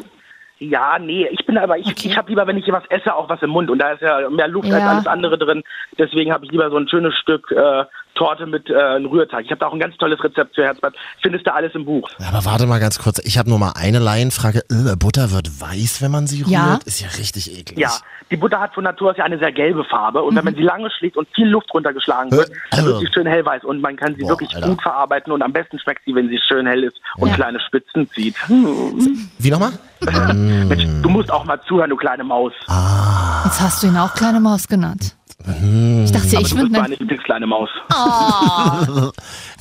Speaker 2: einem- ja, nee, ich bin aber, ich, ich habe lieber, wenn ich hier was esse, auch was im Mund. Und da ist ja mehr Luft als
Speaker 3: Ja.
Speaker 2: alles andere drin. Deswegen habe ich lieber so ein schönes Stück äh, Torte mit äh, einem Rührteig. Ich habe da auch ein ganz tolles Rezept für Herzblatt. Findest du alles im Buch.
Speaker 1: Aber warte mal ganz kurz, ich habe nur mal eine Laienfrage. Äh, Butter wird weiß, wenn man sie rührt?
Speaker 3: Ja.
Speaker 1: Ist ja richtig eklig.
Speaker 2: Ja, die Butter hat von Natur aus ja eine sehr gelbe Farbe und
Speaker 1: Mhm.
Speaker 2: wenn man sie lange schlägt und viel Luft runtergeschlagen wird,
Speaker 1: Äh,
Speaker 2: dann wird sie schön hellweiß und man kann sie
Speaker 1: Boah,
Speaker 2: wirklich
Speaker 1: Alter.
Speaker 2: gut verarbeiten und am besten schmeckt sie, wenn sie schön hell ist und
Speaker 3: Ja.
Speaker 2: kleine Spitzen zieht. Hm.
Speaker 1: Wie nochmal?
Speaker 2: Mensch,
Speaker 1: Mhm.
Speaker 2: du musst auch mal zuhören, du kleine Maus.
Speaker 1: Ah,
Speaker 3: Jetzt hast du ihn auch kleine Maus genannt. Ich dachte, ich
Speaker 2: Mhm. du bist
Speaker 3: würde
Speaker 2: meine Lieblingskleine Maus.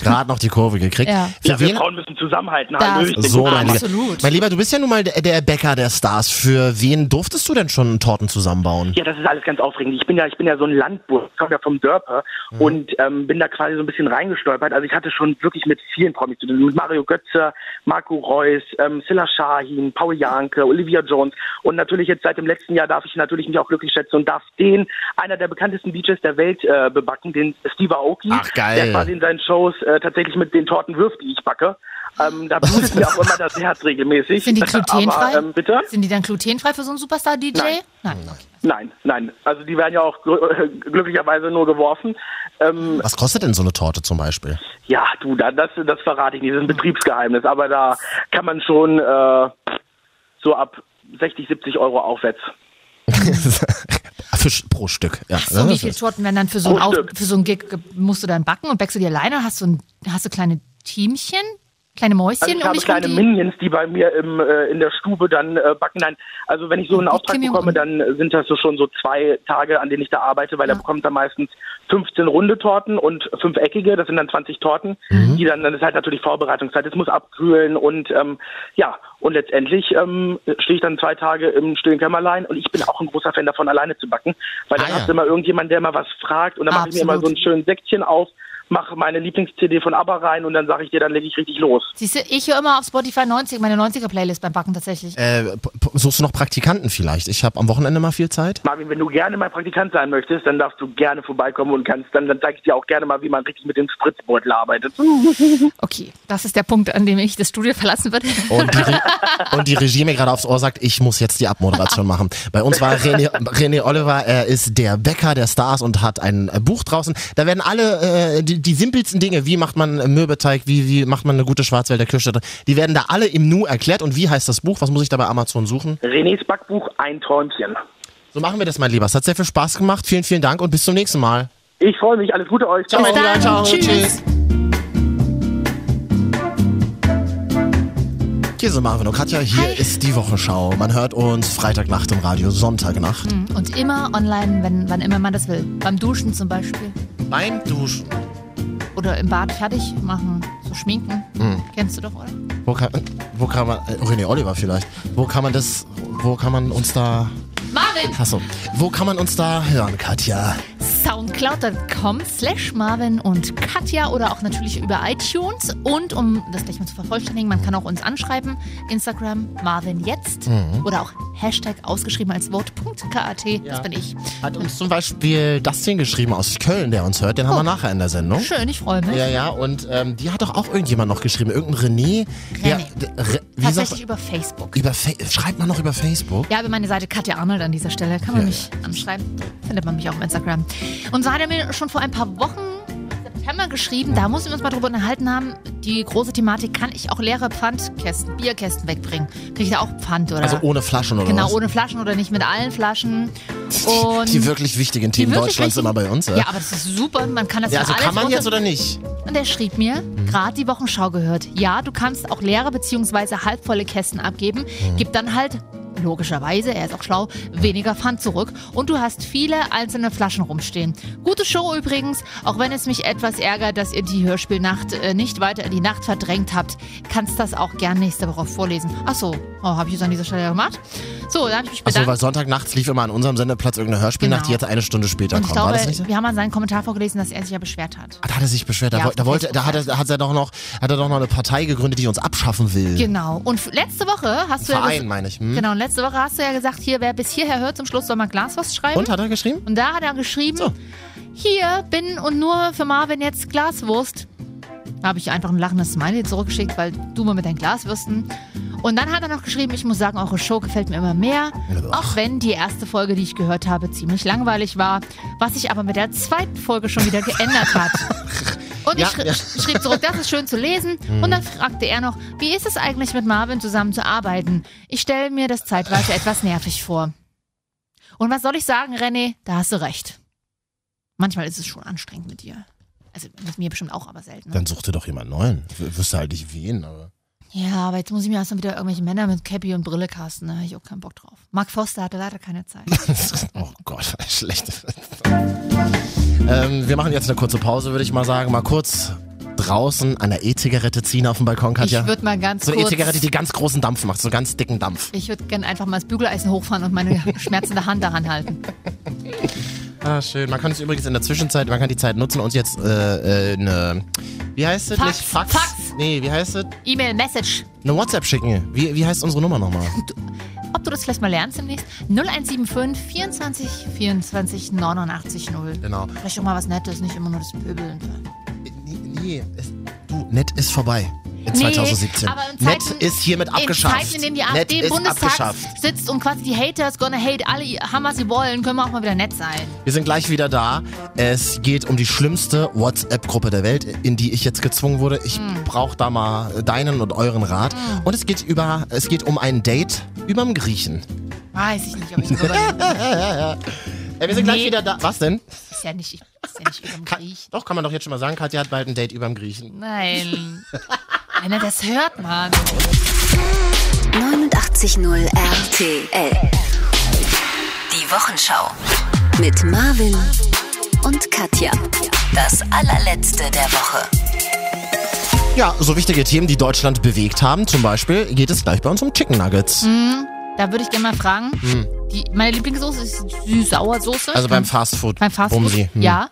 Speaker 1: Gerade noch die Kurve gekriegt.
Speaker 3: Ja.
Speaker 1: Für
Speaker 2: Ja, wir
Speaker 1: wen?
Speaker 2: Frauen müssen zusammenhalten.
Speaker 3: Das-
Speaker 2: Hallöchen.
Speaker 1: So, mein Lieber.
Speaker 3: Absolut.
Speaker 1: Mein Lieber, du bist ja nun mal der, der Bäcker der Stars. Für wen durftest du denn schon Torten zusammenbauen?
Speaker 2: Ja, das ist alles ganz aufregend. Ich bin ja, ich bin ja so ein Landburg, ich komme ja vom Dörper und ähm, bin da quasi so ein bisschen reingestolpert. Also ich hatte schon wirklich mit vielen Promis zu tun. Mit Mario Götze, Marco Reus, ähm, Silla Shahin, Paul Janke, Olivia Jones. Und natürlich jetzt seit dem letzten Jahr darf ich natürlich mich auch glücklich schätzen und darf den, einer der bekanntesten DJs der Welt, äh, bebacken, den Steve Aoki.
Speaker 1: Ach, geil.
Speaker 2: Der quasi in seinen Shows äh, tatsächlich mit den Torten wirft, die ich backe. Ähm, da blutet mir auch immer das Herz regelmäßig.
Speaker 3: Sind die glutenfrei?
Speaker 2: Aber, ähm, bitte?
Speaker 3: Sind die dann glutenfrei für so einen Superstar-DJ?
Speaker 2: Nein.
Speaker 3: Nein. Okay.
Speaker 2: Nein, nein. Also die werden ja auch gl glücklicherweise nur geworfen. Ähm,
Speaker 1: Was kostet denn so eine Torte zum Beispiel?
Speaker 2: ja, du, da, das, das verrate ich nicht. Das ist ein Betriebsgeheimnis. Aber da kann man schon äh, so ab 60, 70 Euro aufwärts.
Speaker 1: Für, pro Stück. Ja, ne?
Speaker 3: So, wie viele Torten werden dann für so einen
Speaker 2: Pro
Speaker 3: Auf,
Speaker 2: Stück.
Speaker 3: für so einen Gig ge- musst du dann backen und backst du dir alleine? Hast du ein, hast du kleine Teamchen, kleine
Speaker 2: Also
Speaker 3: Mäuschen
Speaker 2: ich
Speaker 3: um
Speaker 2: habe
Speaker 3: dich rum,
Speaker 2: kleine
Speaker 3: die
Speaker 2: Minions, die bei mir im, äh, in der Stube dann äh, backen. Nein, also wenn ich so einen
Speaker 3: Ich
Speaker 2: Auftrag
Speaker 3: kenn mich
Speaker 2: bekomme,
Speaker 3: auch.
Speaker 2: dann sind das so schon so zwei Tage, an denen ich da arbeite, weil da bekommt dann meistens 15 runde Torten und fünf eckige, das sind dann 20 Torten,
Speaker 1: Mhm.
Speaker 2: die dann, das ist halt natürlich Vorbereitungszeit, es muss abkühlen und ähm, ja, und letztendlich ähm, stehe ich dann zwei Tage im stillen Kämmerlein und ich bin auch ein großer Fan davon, alleine zu backen, weil
Speaker 1: Ah,
Speaker 2: dann
Speaker 1: ja.
Speaker 2: hast du immer irgendjemand, der mal was fragt und dann mache ich mir immer
Speaker 3: Absolut.
Speaker 2: so ein schönes Säckchen auf, mache meine Lieblings-CD von ABBA rein und dann sage ich dir, dann lege ich richtig los.
Speaker 3: Siehst du, ich höre immer auf Spotify 90, meine 90er-Playlist beim Backen tatsächlich.
Speaker 1: Äh, p- p- suchst du noch Praktikanten vielleicht? Ich habe am Wochenende mal viel Zeit.
Speaker 2: Marvin, wenn du gerne mal Praktikant sein möchtest, dann darfst du gerne vorbeikommen und kannst dann, dann zeige ich dir auch gerne mal, wie man richtig mit dem Spritzbeutel arbeitet.
Speaker 3: Okay, das ist der Punkt, an dem ich das Studio verlassen würde.
Speaker 1: Und die, Re und die Regie mir gerade aufs Ohr sagt, ich muss jetzt die Abmoderation machen. Bei uns war René, René Oliver, er ist der Bäcker der Stars und hat ein äh, Buch draußen. Da werden alle äh, die, die simpelsten Dinge, wie macht man äh, Mürbeteig, wie, wie macht man eine gute Schwarzwälder Kirsche, die werden da alle im Nu erklärt. Und wie heißt das Buch? Was muss ich da bei Amazon suchen?
Speaker 2: Renés Backbuch, ein Träumchen.
Speaker 1: So machen wir das, mein Lieber. Es hat sehr viel Spaß gemacht. Vielen, vielen Dank und bis zum nächsten Mal.
Speaker 2: Ich freue mich, alles Gute euch.
Speaker 1: Ciao, mein Lieber.
Speaker 3: dann.
Speaker 1: Ciao.
Speaker 3: Tschüss.
Speaker 1: Hier sind Marvin und Katja, hier ist die Wochenschau. Man hört uns Freitagnacht im Radio, Sonntagnacht.
Speaker 3: Und immer online, wenn, wann immer man das will. Beim Duschen zum Beispiel.
Speaker 1: Beim Duschen.
Speaker 3: Oder im Bad fertig machen, so schminken. Kennst du doch, oder?
Speaker 1: Wo kann, wo kann man, äh, René Oliver vielleicht, wo kann man das, wo kann man uns da,
Speaker 3: Marvin!
Speaker 1: achso, wo kann man uns da hören, Katja?
Speaker 3: Soundcloud.com slash Marvin und Katja oder auch natürlich über iTunes. Und um das gleich mal zu vervollständigen, man kann auch uns anschreiben, Instagram Marvin jetzt oder auch Hashtag ausgeschrieben als Wort.kat. Das bin ich.
Speaker 1: Hat uns zum Beispiel Dustin geschrieben aus Köln, der uns hört, den haben wir nachher in der Sendung.
Speaker 3: Schön, ich freue mich.
Speaker 1: Oh. Ja, ja, und ähm, die hat doch auch irgendjemand noch geschrieben, irgendein René. Ja, d- Re, wie sagt,
Speaker 3: Tatsächlich über Facebook.
Speaker 1: über Fa schreibt man noch über Facebook?
Speaker 3: Ja, über meine Seite Katja Arnold an dieser Stelle. Kann man mich anschreiben. Findet man mich auch auf Instagram. Und so hat er mir schon vor ein paar Wochen im September geschrieben, da mussten wir uns mal drüber unterhalten haben, die große Thematik, kann ich auch leere Pfandkästen, Bierkästen wegbringen? Kriege ich da auch Pfand oder?
Speaker 1: Also ohne Flaschen oder
Speaker 3: genau,
Speaker 1: was?
Speaker 3: ohne Flaschen oder nicht mit allen Flaschen. Und
Speaker 1: die wirklich wichtigen
Speaker 3: die
Speaker 1: Themen
Speaker 3: wirklich
Speaker 1: Deutschlands
Speaker 3: wichtigen-
Speaker 1: immer bei uns.
Speaker 3: Ja,
Speaker 1: Ja,
Speaker 3: aber das ist super. Man kann das
Speaker 1: ja
Speaker 3: ja
Speaker 1: also
Speaker 3: alles
Speaker 1: kann man
Speaker 3: unter-
Speaker 1: jetzt oder nicht?
Speaker 3: und er schrieb mir,
Speaker 1: Mhm.
Speaker 3: gerade die Wochenschau gehört. Ja, du kannst auch leere bzw. halbvolle Kästen abgeben,
Speaker 1: Mhm.
Speaker 3: gib dann halt logischerweise, er ist auch schlau, weniger Pfand zurück und du hast viele einzelne Flaschen rumstehen. Gute Show übrigens, auch wenn es mich etwas ärgert, dass ihr die Hörspielnacht äh, nicht weiter in die Nacht verdrängt habt, kannst das auch gern nächste Woche vorlesen. Ach so, oh, habe ich es an dieser Stelle gemacht? So, da habe ich mich
Speaker 1: Achso,
Speaker 3: bedankt.
Speaker 1: Also, weil Sonntagnachts lief immer an unserem Sendeplatz irgendeine Hörspielnacht,
Speaker 3: Genau.
Speaker 1: die jetzt eine Stunde später
Speaker 3: und ich
Speaker 1: kommt. War das
Speaker 3: glaube,
Speaker 1: nicht so?
Speaker 3: wir haben an seinen Kommentar vorgelesen, dass er sich ja beschwert hat.
Speaker 1: Ah, Da hat er sich beschwert. Da,
Speaker 3: Ja,
Speaker 1: woll- da, wollte, da, hat, er,
Speaker 3: Facebook-
Speaker 1: da hat, er doch noch, hat er doch noch eine Partei gegründet, die uns abschaffen will.
Speaker 3: Genau. Und f- letzte Woche hast du ja
Speaker 1: Verein,
Speaker 3: ges-
Speaker 1: meine ich. Hm?
Speaker 3: Genau, und letzte Woche hast du ja gesagt, hier, wer bis hierher hört, zum Schluss soll mal Glas was schreiben.
Speaker 1: Und hat er geschrieben?
Speaker 3: Und da hat er geschrieben,
Speaker 1: So.
Speaker 3: hier bin und nur für Marvin jetzt Glaswurst. Da habe ich einfach ein lachendes Smiley zurückgeschickt, weil du mal mit deinen Glaswürsten. Und dann hat er noch geschrieben, ich muss sagen, eure Show gefällt mir immer mehr. Auch wenn die erste Folge, die ich gehört habe, ziemlich langweilig war. Was sich aber mit der zweiten Folge schon wieder geändert hat. Und
Speaker 1: Ja,
Speaker 3: ich schri
Speaker 1: ja. Hm.
Speaker 3: schrieb zurück, das ist schön zu lesen. Und dann fragte er noch, wie ist es eigentlich mit Marvin zusammen zu arbeiten? Ich stelle mir das zeitweise etwas nervig vor. Und was soll ich sagen, René? Da hast du recht. Manchmal ist es schon anstrengend mit dir. Also mit mir bestimmt auch, aber selten. ne?
Speaker 1: Dann suchte doch jemand neuen. W wüsste halt nicht wen, aber.
Speaker 3: Ja, aber jetzt muss ich mir erstmal wieder irgendwelche Männer mit Cappy und Brille casten. Da habe ich auch keinen Bock drauf. Mark Foster hatte leider keine Zeit.
Speaker 1: oh Gott, schlechte. ähm, wir machen jetzt eine kurze Pause, würde ich mal sagen. Mal kurz draußen an der E-Zigarette ziehen auf dem Balkon, Katja.
Speaker 3: Ich würde mal ganz
Speaker 1: so eine
Speaker 3: kurz...
Speaker 1: E-Zigarette, die ganz großen Dampf macht, so ganz dicken Dampf.
Speaker 3: ich würde gerne einfach mal das Bügeleisen hochfahren und meine schmerzende Hand daran halten.
Speaker 1: Ah, schön. Man kann es übrigens in der Zwischenzeit, man kann die Zeit nutzen und jetzt äh, äh, eine, wie heißt es?
Speaker 3: Fax.
Speaker 1: Nicht Fax?
Speaker 3: Fax.
Speaker 1: Nee, wie heißt es?
Speaker 3: E-Mail, Message.
Speaker 1: Eine WhatsApp schicken. Wie, wie heißt unsere Nummer nochmal?
Speaker 3: Ob du das vielleicht mal lernst demnächst? 0175 24 24 89 0.
Speaker 1: Genau.
Speaker 3: Vielleicht auch mal was Nettes, nicht immer nur das Pöbeln.
Speaker 1: Nee, nee es, du, nett ist vorbei. In
Speaker 3: Nee,
Speaker 1: 2017.
Speaker 3: aber in
Speaker 1: nett
Speaker 3: Zeiten-
Speaker 1: ist hiermit abgeschafft.
Speaker 3: In Zeiten, in denen die
Speaker 1: nett
Speaker 3: AfD im
Speaker 1: ist
Speaker 3: Bundestag
Speaker 1: abgeschafft.
Speaker 3: sitzt und quasi die Haters gonna hate alle haben, was sie wollen, können wir auch mal wieder nett sein.
Speaker 1: Wir sind gleich wieder da. Es geht um die schlimmste WhatsApp-Gruppe der Welt, in die ich jetzt gezwungen wurde. Ich
Speaker 3: Hm.
Speaker 1: brauche da mal deinen und euren Rat. Und es geht über, es geht um ein Date überm Griechen.
Speaker 3: Weiß ich nicht, ob ich drüber
Speaker 1: Äh, wir sind gleich
Speaker 3: Nee.
Speaker 1: wieder da. Was denn?
Speaker 3: Ist ja nicht, ist ja nicht überm
Speaker 1: Kann,
Speaker 3: Griech.
Speaker 1: doch, kann man doch jetzt schon mal sagen, Katja hat bald ein Date überm
Speaker 3: Hm.
Speaker 1: Griechen.
Speaker 3: Nein. Einer, das hört man.
Speaker 4: 89.0 RTL. Die Wochenschau. Mit Marvin und Katja. Das allerletzte der Woche.
Speaker 1: Ja, so wichtige Themen, die Deutschland bewegt haben, zum Beispiel, geht es gleich bei uns um Chicken Nuggets.
Speaker 3: Hm, da würde ich gerne mal fragen. Die, meine Lieblingssoße ist die Süß-Sauersoße.
Speaker 1: Hm. Also beim Fastfood.
Speaker 3: Beim Fast
Speaker 1: Bumsi.
Speaker 3: Food.
Speaker 1: Hm.
Speaker 3: Ja.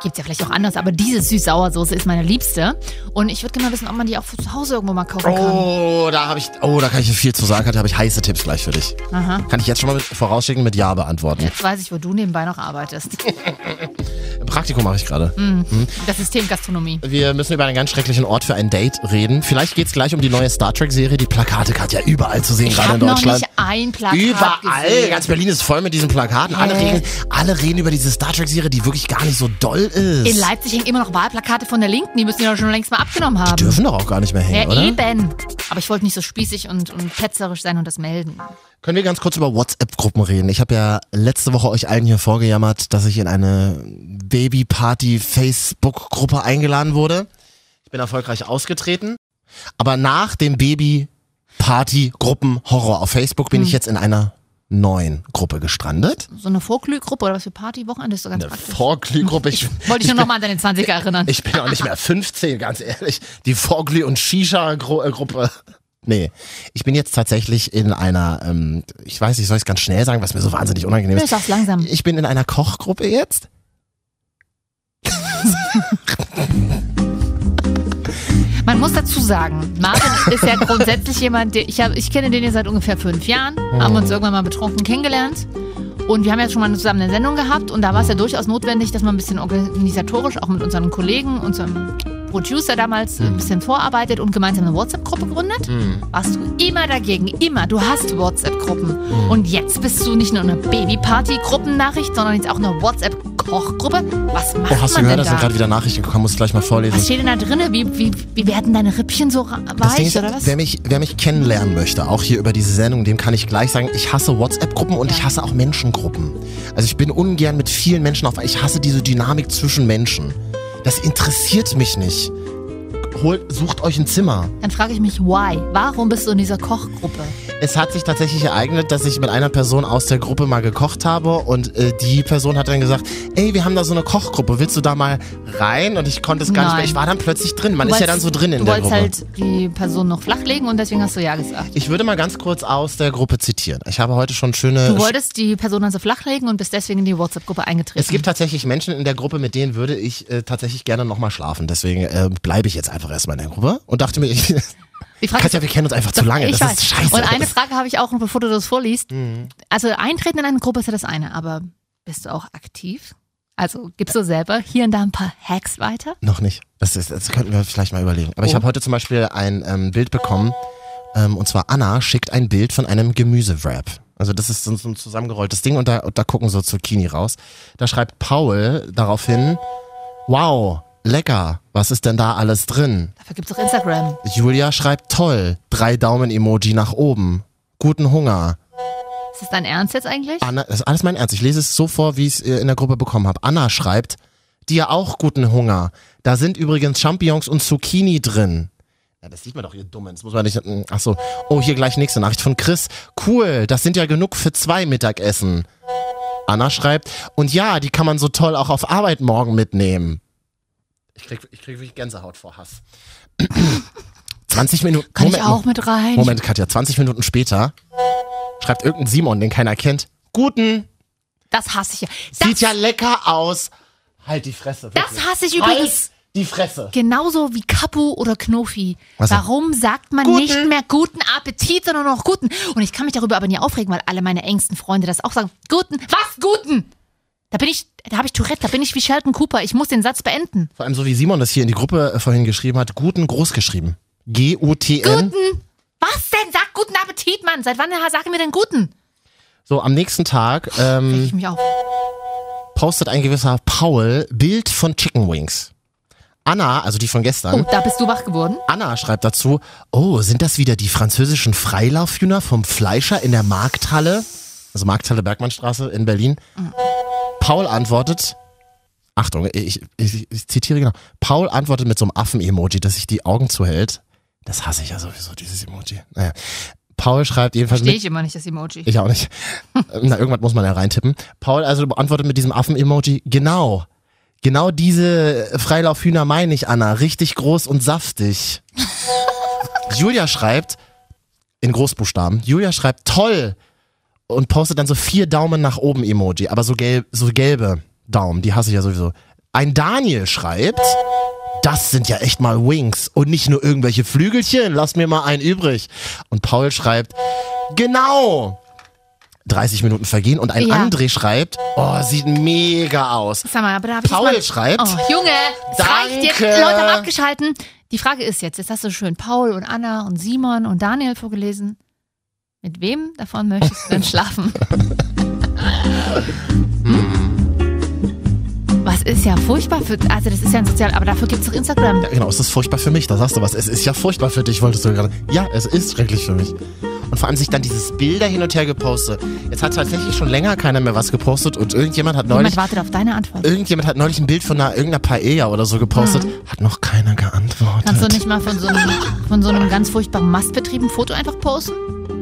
Speaker 3: Gibt es ja vielleicht auch anders, aber diese Süß-Sauersoße ist meine liebste. Und ich würde gerne mal wissen, ob man die auch für zu Hause irgendwo mal kaufen
Speaker 1: Oh, da habe ich, oh, da kann ich dir viel zu sagen, Katja, habe ich heiße Tipps gleich für dich.
Speaker 3: kann. Aha.
Speaker 1: Kann ich jetzt schon mal mit, vorausschicken mit Ja beantworten.
Speaker 3: Jetzt weiß ich, wo du nebenbei noch arbeitest.
Speaker 1: Praktikum mache ich gerade.
Speaker 3: Das System Gastronomie.
Speaker 1: Wir müssen über einen ganz schrecklichen Ort für ein Date reden. Vielleicht geht's gleich um die neue Star Trek-Serie. Die Plakate, Katja, überall zu sehen,
Speaker 3: Ich
Speaker 1: gerade
Speaker 3: habe
Speaker 1: in
Speaker 3: noch nicht
Speaker 1: Deutschland.
Speaker 3: ein Plakat
Speaker 1: Überall,
Speaker 3: gesehen.
Speaker 1: ganz Berlin ist voll mit diesen Plakaten. Alle
Speaker 3: Hä?
Speaker 1: reden, alle reden über diese Star Trek-Serie, die wirklich gar nicht so doll ist.
Speaker 3: In Leipzig hängen immer noch Wahlplakate von der Linken, die müssen die doch schon längst mal abgenommen haben.
Speaker 1: Dürfen doch auch gar nicht mehr hängen,
Speaker 3: ja,
Speaker 1: oder?
Speaker 3: eben. Aber ich wollte nicht so spießig und, und petzerisch sein und das melden.
Speaker 1: Können wir ganz kurz über WhatsApp-Gruppen reden? Ich habe ja letzte Woche euch allen hier vorgejammert, dass ich in eine Baby-Party-Facebook-Gruppe eingeladen wurde. Ich bin erfolgreich ausgetreten. Aber nach dem Baby-Party-Gruppen-Horror auf Facebook
Speaker 3: Hm.
Speaker 1: bin ich jetzt in einer neuen Gruppe gestrandet.
Speaker 3: So eine Vorglühgruppe oder was für Partywochenende ist so ganz
Speaker 1: Eine
Speaker 3: praktisch.
Speaker 1: Vorglühgruppe. Ich,
Speaker 3: Wollte ich nur nochmal an deine 20er erinnern.
Speaker 1: ich bin auch nicht mehr 15, ganz ehrlich. Die Vorglüh- und äh, Shisha-Gruppe. Nee, ich bin jetzt tatsächlich in einer, ähm, ich weiß, ich soll es ganz schnell sagen, was mir so wahnsinnig unangenehm ist.
Speaker 3: Nö, sag's langsam.
Speaker 1: Ich bin in einer Kochgruppe jetzt.
Speaker 3: Man muss dazu sagen, Marvin ist ja grundsätzlich jemand, der, ich, hab, ich kenne den ja seit ungefähr fünf Jahren, haben uns irgendwann mal betrunken kennengelernt. Und wir haben ja schon mal zusammen eine Sendung gehabt und da war es ja durchaus notwendig, dass man ein bisschen organisatorisch auch mit unseren Kollegen, unserem Producer damals
Speaker 1: Hm.
Speaker 3: ein bisschen vorarbeitet und gemeinsam eine WhatsApp-Gruppe gründet. Warst du immer dagegen, immer. Du hast WhatsApp-Gruppen.
Speaker 1: Hm.
Speaker 3: Und jetzt bist du nicht nur eine Babyparty-Gruppennachricht, sondern jetzt auch eine WhatsApp-Kochgruppe. Was macht
Speaker 1: Oh, hast du gehört,
Speaker 3: man denn
Speaker 1: da sind
Speaker 3: da?
Speaker 1: gerade wieder Nachrichten gekommen, muss ich gleich mal
Speaker 3: Was
Speaker 1: vorlesen.
Speaker 3: steht denn da drin? Wie, wie, wie werden deine Rippchen so ra-
Speaker 1: Das Ding
Speaker 3: weich
Speaker 1: ist,
Speaker 3: oder was?
Speaker 1: wer mich, wer mich kennenlernen möchte, auch hier über diese Sendung, dem kann ich gleich sagen, ich hasse WhatsApp-Gruppen und
Speaker 3: Ja.
Speaker 1: ich hasse auch Menschengruppen. Also ich bin ungern mit vielen Menschen auf, ich hasse diese Dynamik zwischen Menschen. Das interessiert mich nicht. Holt, sucht euch ein Zimmer.
Speaker 3: Dann frage ich mich, why? Warum bist du in dieser Kochgruppe?
Speaker 1: Es hat sich tatsächlich ereignet, dass ich mit einer Person aus der Gruppe mal gekocht habe und äh, die Person hat dann gesagt, ey, wir haben da so eine Kochgruppe, willst du da mal rein? Und ich konnte es gar nicht
Speaker 3: Nein.
Speaker 1: mehr. Ich war dann plötzlich drin. Man
Speaker 3: Du
Speaker 1: ist ja
Speaker 3: wolltest-
Speaker 1: dann so drin in
Speaker 3: Du
Speaker 1: der
Speaker 3: wolltest
Speaker 1: Gruppe.
Speaker 3: halt die Person noch flachlegen und deswegen hast du ja gesagt.
Speaker 1: ich würde mal ganz kurz aus der Gruppe zitieren. Ich habe heute schon schöne.
Speaker 3: Du wolltest die Person also flachlegen und bist deswegen in die WhatsApp-Gruppe eingetreten.
Speaker 1: es gibt halt tatsächlich Menschen in der Gruppe, mit denen würde ich äh, tatsächlich gerne nochmal schlafen. Deswegen äh, bleibe ich jetzt einfach erstmal in der Gruppe und dachte mir, ich,
Speaker 3: die Frage
Speaker 1: Katja, wir kennen uns einfach zu lange.
Speaker 3: ich
Speaker 1: das
Speaker 3: weiß.
Speaker 1: ist scheiße. Mhm.
Speaker 3: Und eine Frage habe ich auch, noch, bevor du das vorliest. Also eintreten in eine Gruppe ist ja das eine, aber bist du auch aktiv? Also gibst du selber hier und da ein paar Hacks weiter?
Speaker 1: Noch nicht. Das, ist, das könnten wir vielleicht mal überlegen. Aber ich
Speaker 3: Oh.
Speaker 1: habe heute zum Beispiel ein ähm, Bild bekommen. Ähm, und zwar Anna schickt ein Bild von einem Gemüsewrap. Also das ist so, so ein zusammengerolltes Ding und da, und da gucken so Zucchini raus. Da schreibt Paul daraufhin, wow, lecker, was ist denn da alles drin?
Speaker 3: Dafür gibt es auch Instagram.
Speaker 1: Julia schreibt toll, drei Daumen-Emoji nach oben, guten Hunger.
Speaker 3: Ist das dein Ernst jetzt eigentlich?
Speaker 1: Anna, das ist alles mein Ernst. Ich lese es so vor, wie ich es äh, in der Gruppe bekommen habe. Anna schreibt, dir auch guten Hunger. Da sind übrigens Champignons und Zucchini drin. Ja, das sieht man doch, ihr Dummen. Das muss man nicht. mm, Ach so. Oh, hier gleich nächste Nachricht von Chris. Cool, das sind ja genug für zwei Mittagessen. Anna schreibt, und ja, die kann man so toll auch auf Arbeit morgen mitnehmen. Ich krieg, ich krieg wirklich Gänsehaut vor Hass. 20 Minuten.
Speaker 3: Kann
Speaker 1: Moment,
Speaker 3: ich auch mit rein?
Speaker 1: Moment, Katja, 20 Minuten später schreibt irgendein Simon, den keiner kennt. Guten,
Speaker 3: Das hasse ich ja. Das,
Speaker 1: sieht ja lecker aus. Halt die Fresse.
Speaker 3: Das
Speaker 1: wirklich.
Speaker 3: hasse ich übrigens.
Speaker 1: Halt die Fresse.
Speaker 3: genauso wie Kapu oder Knofi.
Speaker 1: Was denn?
Speaker 3: Warum sagt man
Speaker 1: Guten.
Speaker 3: nicht mehr guten Appetit, sondern nur noch guten? Und ich kann mich darüber aber nie aufregen, weil alle meine engsten Freunde das auch sagen. Guten, was guten? Da bin ich, da habe ich Tourette, da bin ich wie Sheldon Cooper. Ich muss den Satz beenden.
Speaker 1: Vor allem so wie Simon das hier in die Gruppe äh, vorhin geschrieben hat, guten groß geschrieben. G-U-T-N.
Speaker 3: Was denn? Sag guten Appetit, Mann. Seit wann sage mir denn guten?
Speaker 1: So, am nächsten Tag
Speaker 3: Reg
Speaker 1: ähm,
Speaker 3: ich mich auf.
Speaker 1: postet ein gewisser Paul Bild von Chicken Wings. Anna, also die von gestern,
Speaker 3: Oh, da bist du wach geworden.
Speaker 1: Anna schreibt dazu, oh, sind das wieder die französischen Freilaufhühner vom Fleischer in der Markthalle? Also Markthalle Bergmannstraße in Berlin. Paul antwortet, Achtung, ich, ich, ich zitiere genau. Paul antwortet mit so einem Affen-Emoji, dass sich die Augen zuhält. Das hasse ich ja sowieso, dieses Emoji. Naja. Paul schreibt jedenfalls
Speaker 3: Stehe
Speaker 1: mit,
Speaker 3: ich immer nicht, das Emoji.
Speaker 1: ich auch nicht. Na, irgendwas muss man ja reintippen. Paul also beantwortet mit diesem Affen-Emoji, genau. Genau diese Freilaufhühner meine ich, Anna. Richtig groß und saftig. Julia schreibt, in Großbuchstaben, Julia schreibt, toll! Und postet dann so vier Daumen nach oben Emoji, aber so, gelb, so gelbe Daumen, die hasse ich ja sowieso. Ein Daniel schreibt, das sind ja echt mal Wings und nicht nur irgendwelche Flügelchen, lass mir mal einen übrig. Und Paul schreibt, genau! 30 Minuten vergehen und ein
Speaker 3: Ja.
Speaker 1: André schreibt, oh, sieht mega aus.
Speaker 3: Sag mal, aber da habe ich jetzt
Speaker 1: Paul
Speaker 3: mal-
Speaker 1: schreibt,
Speaker 3: Oh, Junge, es reicht jetzt.
Speaker 1: Danke.
Speaker 3: Leute haben abgeschalten. Die Frage ist jetzt, jetzt hast du schön Paul und Anna und Simon und Daniel vorgelesen. Mit wem davon möchtest du denn schlafen? Hm? Was ist ja furchtbar für, also das ist ja ein Sozial, aber dafür gibt es doch Instagram.
Speaker 1: Ja, genau, es ist furchtbar für mich, da sagst du was. Es ist ja furchtbar für dich, wolltest du gerade. Ja, es ist schrecklich für mich. Und vor allem sich dann dieses Bilder hin und her gepostet. Jetzt hat tatsächlich schon länger keiner mehr was gepostet und irgendjemand hat neulich,
Speaker 3: Jemand wartet auf deine Antwort.
Speaker 1: irgendjemand hat neulich ein Bild von einer, irgendeiner Paella oder so gepostet. Hat noch keiner geantwortet.
Speaker 3: Kannst du nicht mal von Ah. so einem, von so einem ganz furchtbaren Mastbetrieb ein Foto einfach posten?
Speaker 1: Ja,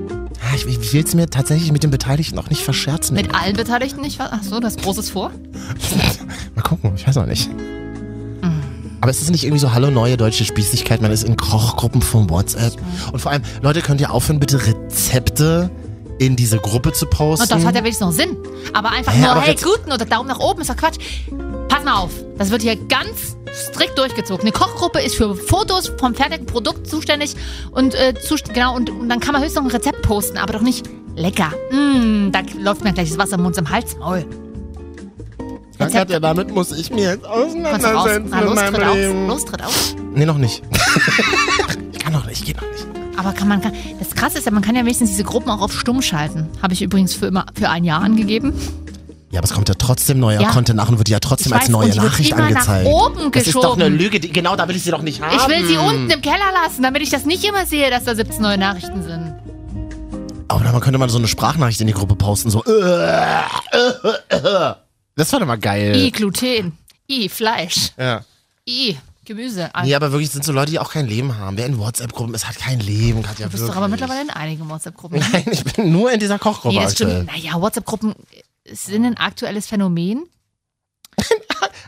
Speaker 1: Ah, Ich, ich will es mir tatsächlich mit den Beteiligten auch nicht verscherzen.
Speaker 3: Mit allen Beteiligten nicht? Ach so, das Großes vor?
Speaker 1: Mal gucken, ich weiß noch nicht.
Speaker 3: Mhm.
Speaker 1: Aber es ist nicht irgendwie so, hallo, neue deutsche Spießigkeit. Man ist in Kochgruppen von WhatsApp. Und vor allem, Leute, könnt ihr aufhören, bitte Rezepte in diese Gruppe zu posten?
Speaker 3: Und das hat ja wenigstens noch Sinn. Aber einfach
Speaker 1: Hä,
Speaker 3: nur,
Speaker 1: aber
Speaker 3: hey,
Speaker 1: jetzt-
Speaker 3: guten oder Daumen nach oben ist doch Quatsch. Pass mal auf, das wird hier ganz strikt durchgezogen. Eine Kochgruppe ist für Fotos vom fertigen Produkt zuständig und äh, zust genau und, und dann kann man höchstens noch ein Rezept posten, aber doch nicht lecker. Mm, da läuft mir gleich das Wasser im Mund im Hals Maul.
Speaker 1: Dann sagt er, damit muss ich mir jetzt
Speaker 3: Kannst du raus?
Speaker 1: auseinandersetzen
Speaker 3: Na,
Speaker 1: mit
Speaker 3: los, tritt
Speaker 1: meinem
Speaker 3: auf.
Speaker 1: Leben.
Speaker 3: Los, tritt auf.
Speaker 1: Nee, noch nicht. ich kann noch nicht, ich geht noch nicht.
Speaker 3: Aber kann man kann, das krasse ist ja, man kann ja wenigstens diese Gruppen auch auf stumm schalten. Habe ich übrigens für immer für ein Jahr angegeben.
Speaker 1: Ja, aber es kommt ja trotzdem neuer
Speaker 3: Ja.
Speaker 1: Content nach und wird ja trotzdem
Speaker 3: Ich
Speaker 1: als
Speaker 3: weiß,
Speaker 1: neue
Speaker 3: und die wird
Speaker 1: Nachricht
Speaker 3: immer nach
Speaker 1: angezeigt.
Speaker 3: oben
Speaker 1: das ist doch eine
Speaker 3: geschoben.
Speaker 1: Lüge, die, genau, da will ich sie doch nicht haben.
Speaker 3: Ich will sie unten im Keller lassen, damit ich das nicht immer sehe, dass da 17 neue Nachrichten sind.
Speaker 1: Aber dann könnte man so eine Sprachnachricht in die Gruppe posten, so. äh, äh, äh. Das war doch mal geil.
Speaker 3: I Gluten, I Fleisch,
Speaker 1: Ja.
Speaker 3: I Gemüse. Also,
Speaker 1: Nee, aber wirklich sind so Leute, die auch kein Leben haben. Wer in WhatsApp-Gruppen ist, hat kein Leben, Katja.
Speaker 3: du bist
Speaker 1: wirklich.
Speaker 3: doch aber mittlerweile in einigen WhatsApp-Gruppen.
Speaker 1: Nein, ich bin nur in dieser Kochgruppe
Speaker 3: Nee, das
Speaker 1: aktuell.
Speaker 3: stimmt. Naja, WhatsApp-Gruppen sind ein aktuelles Phänomen.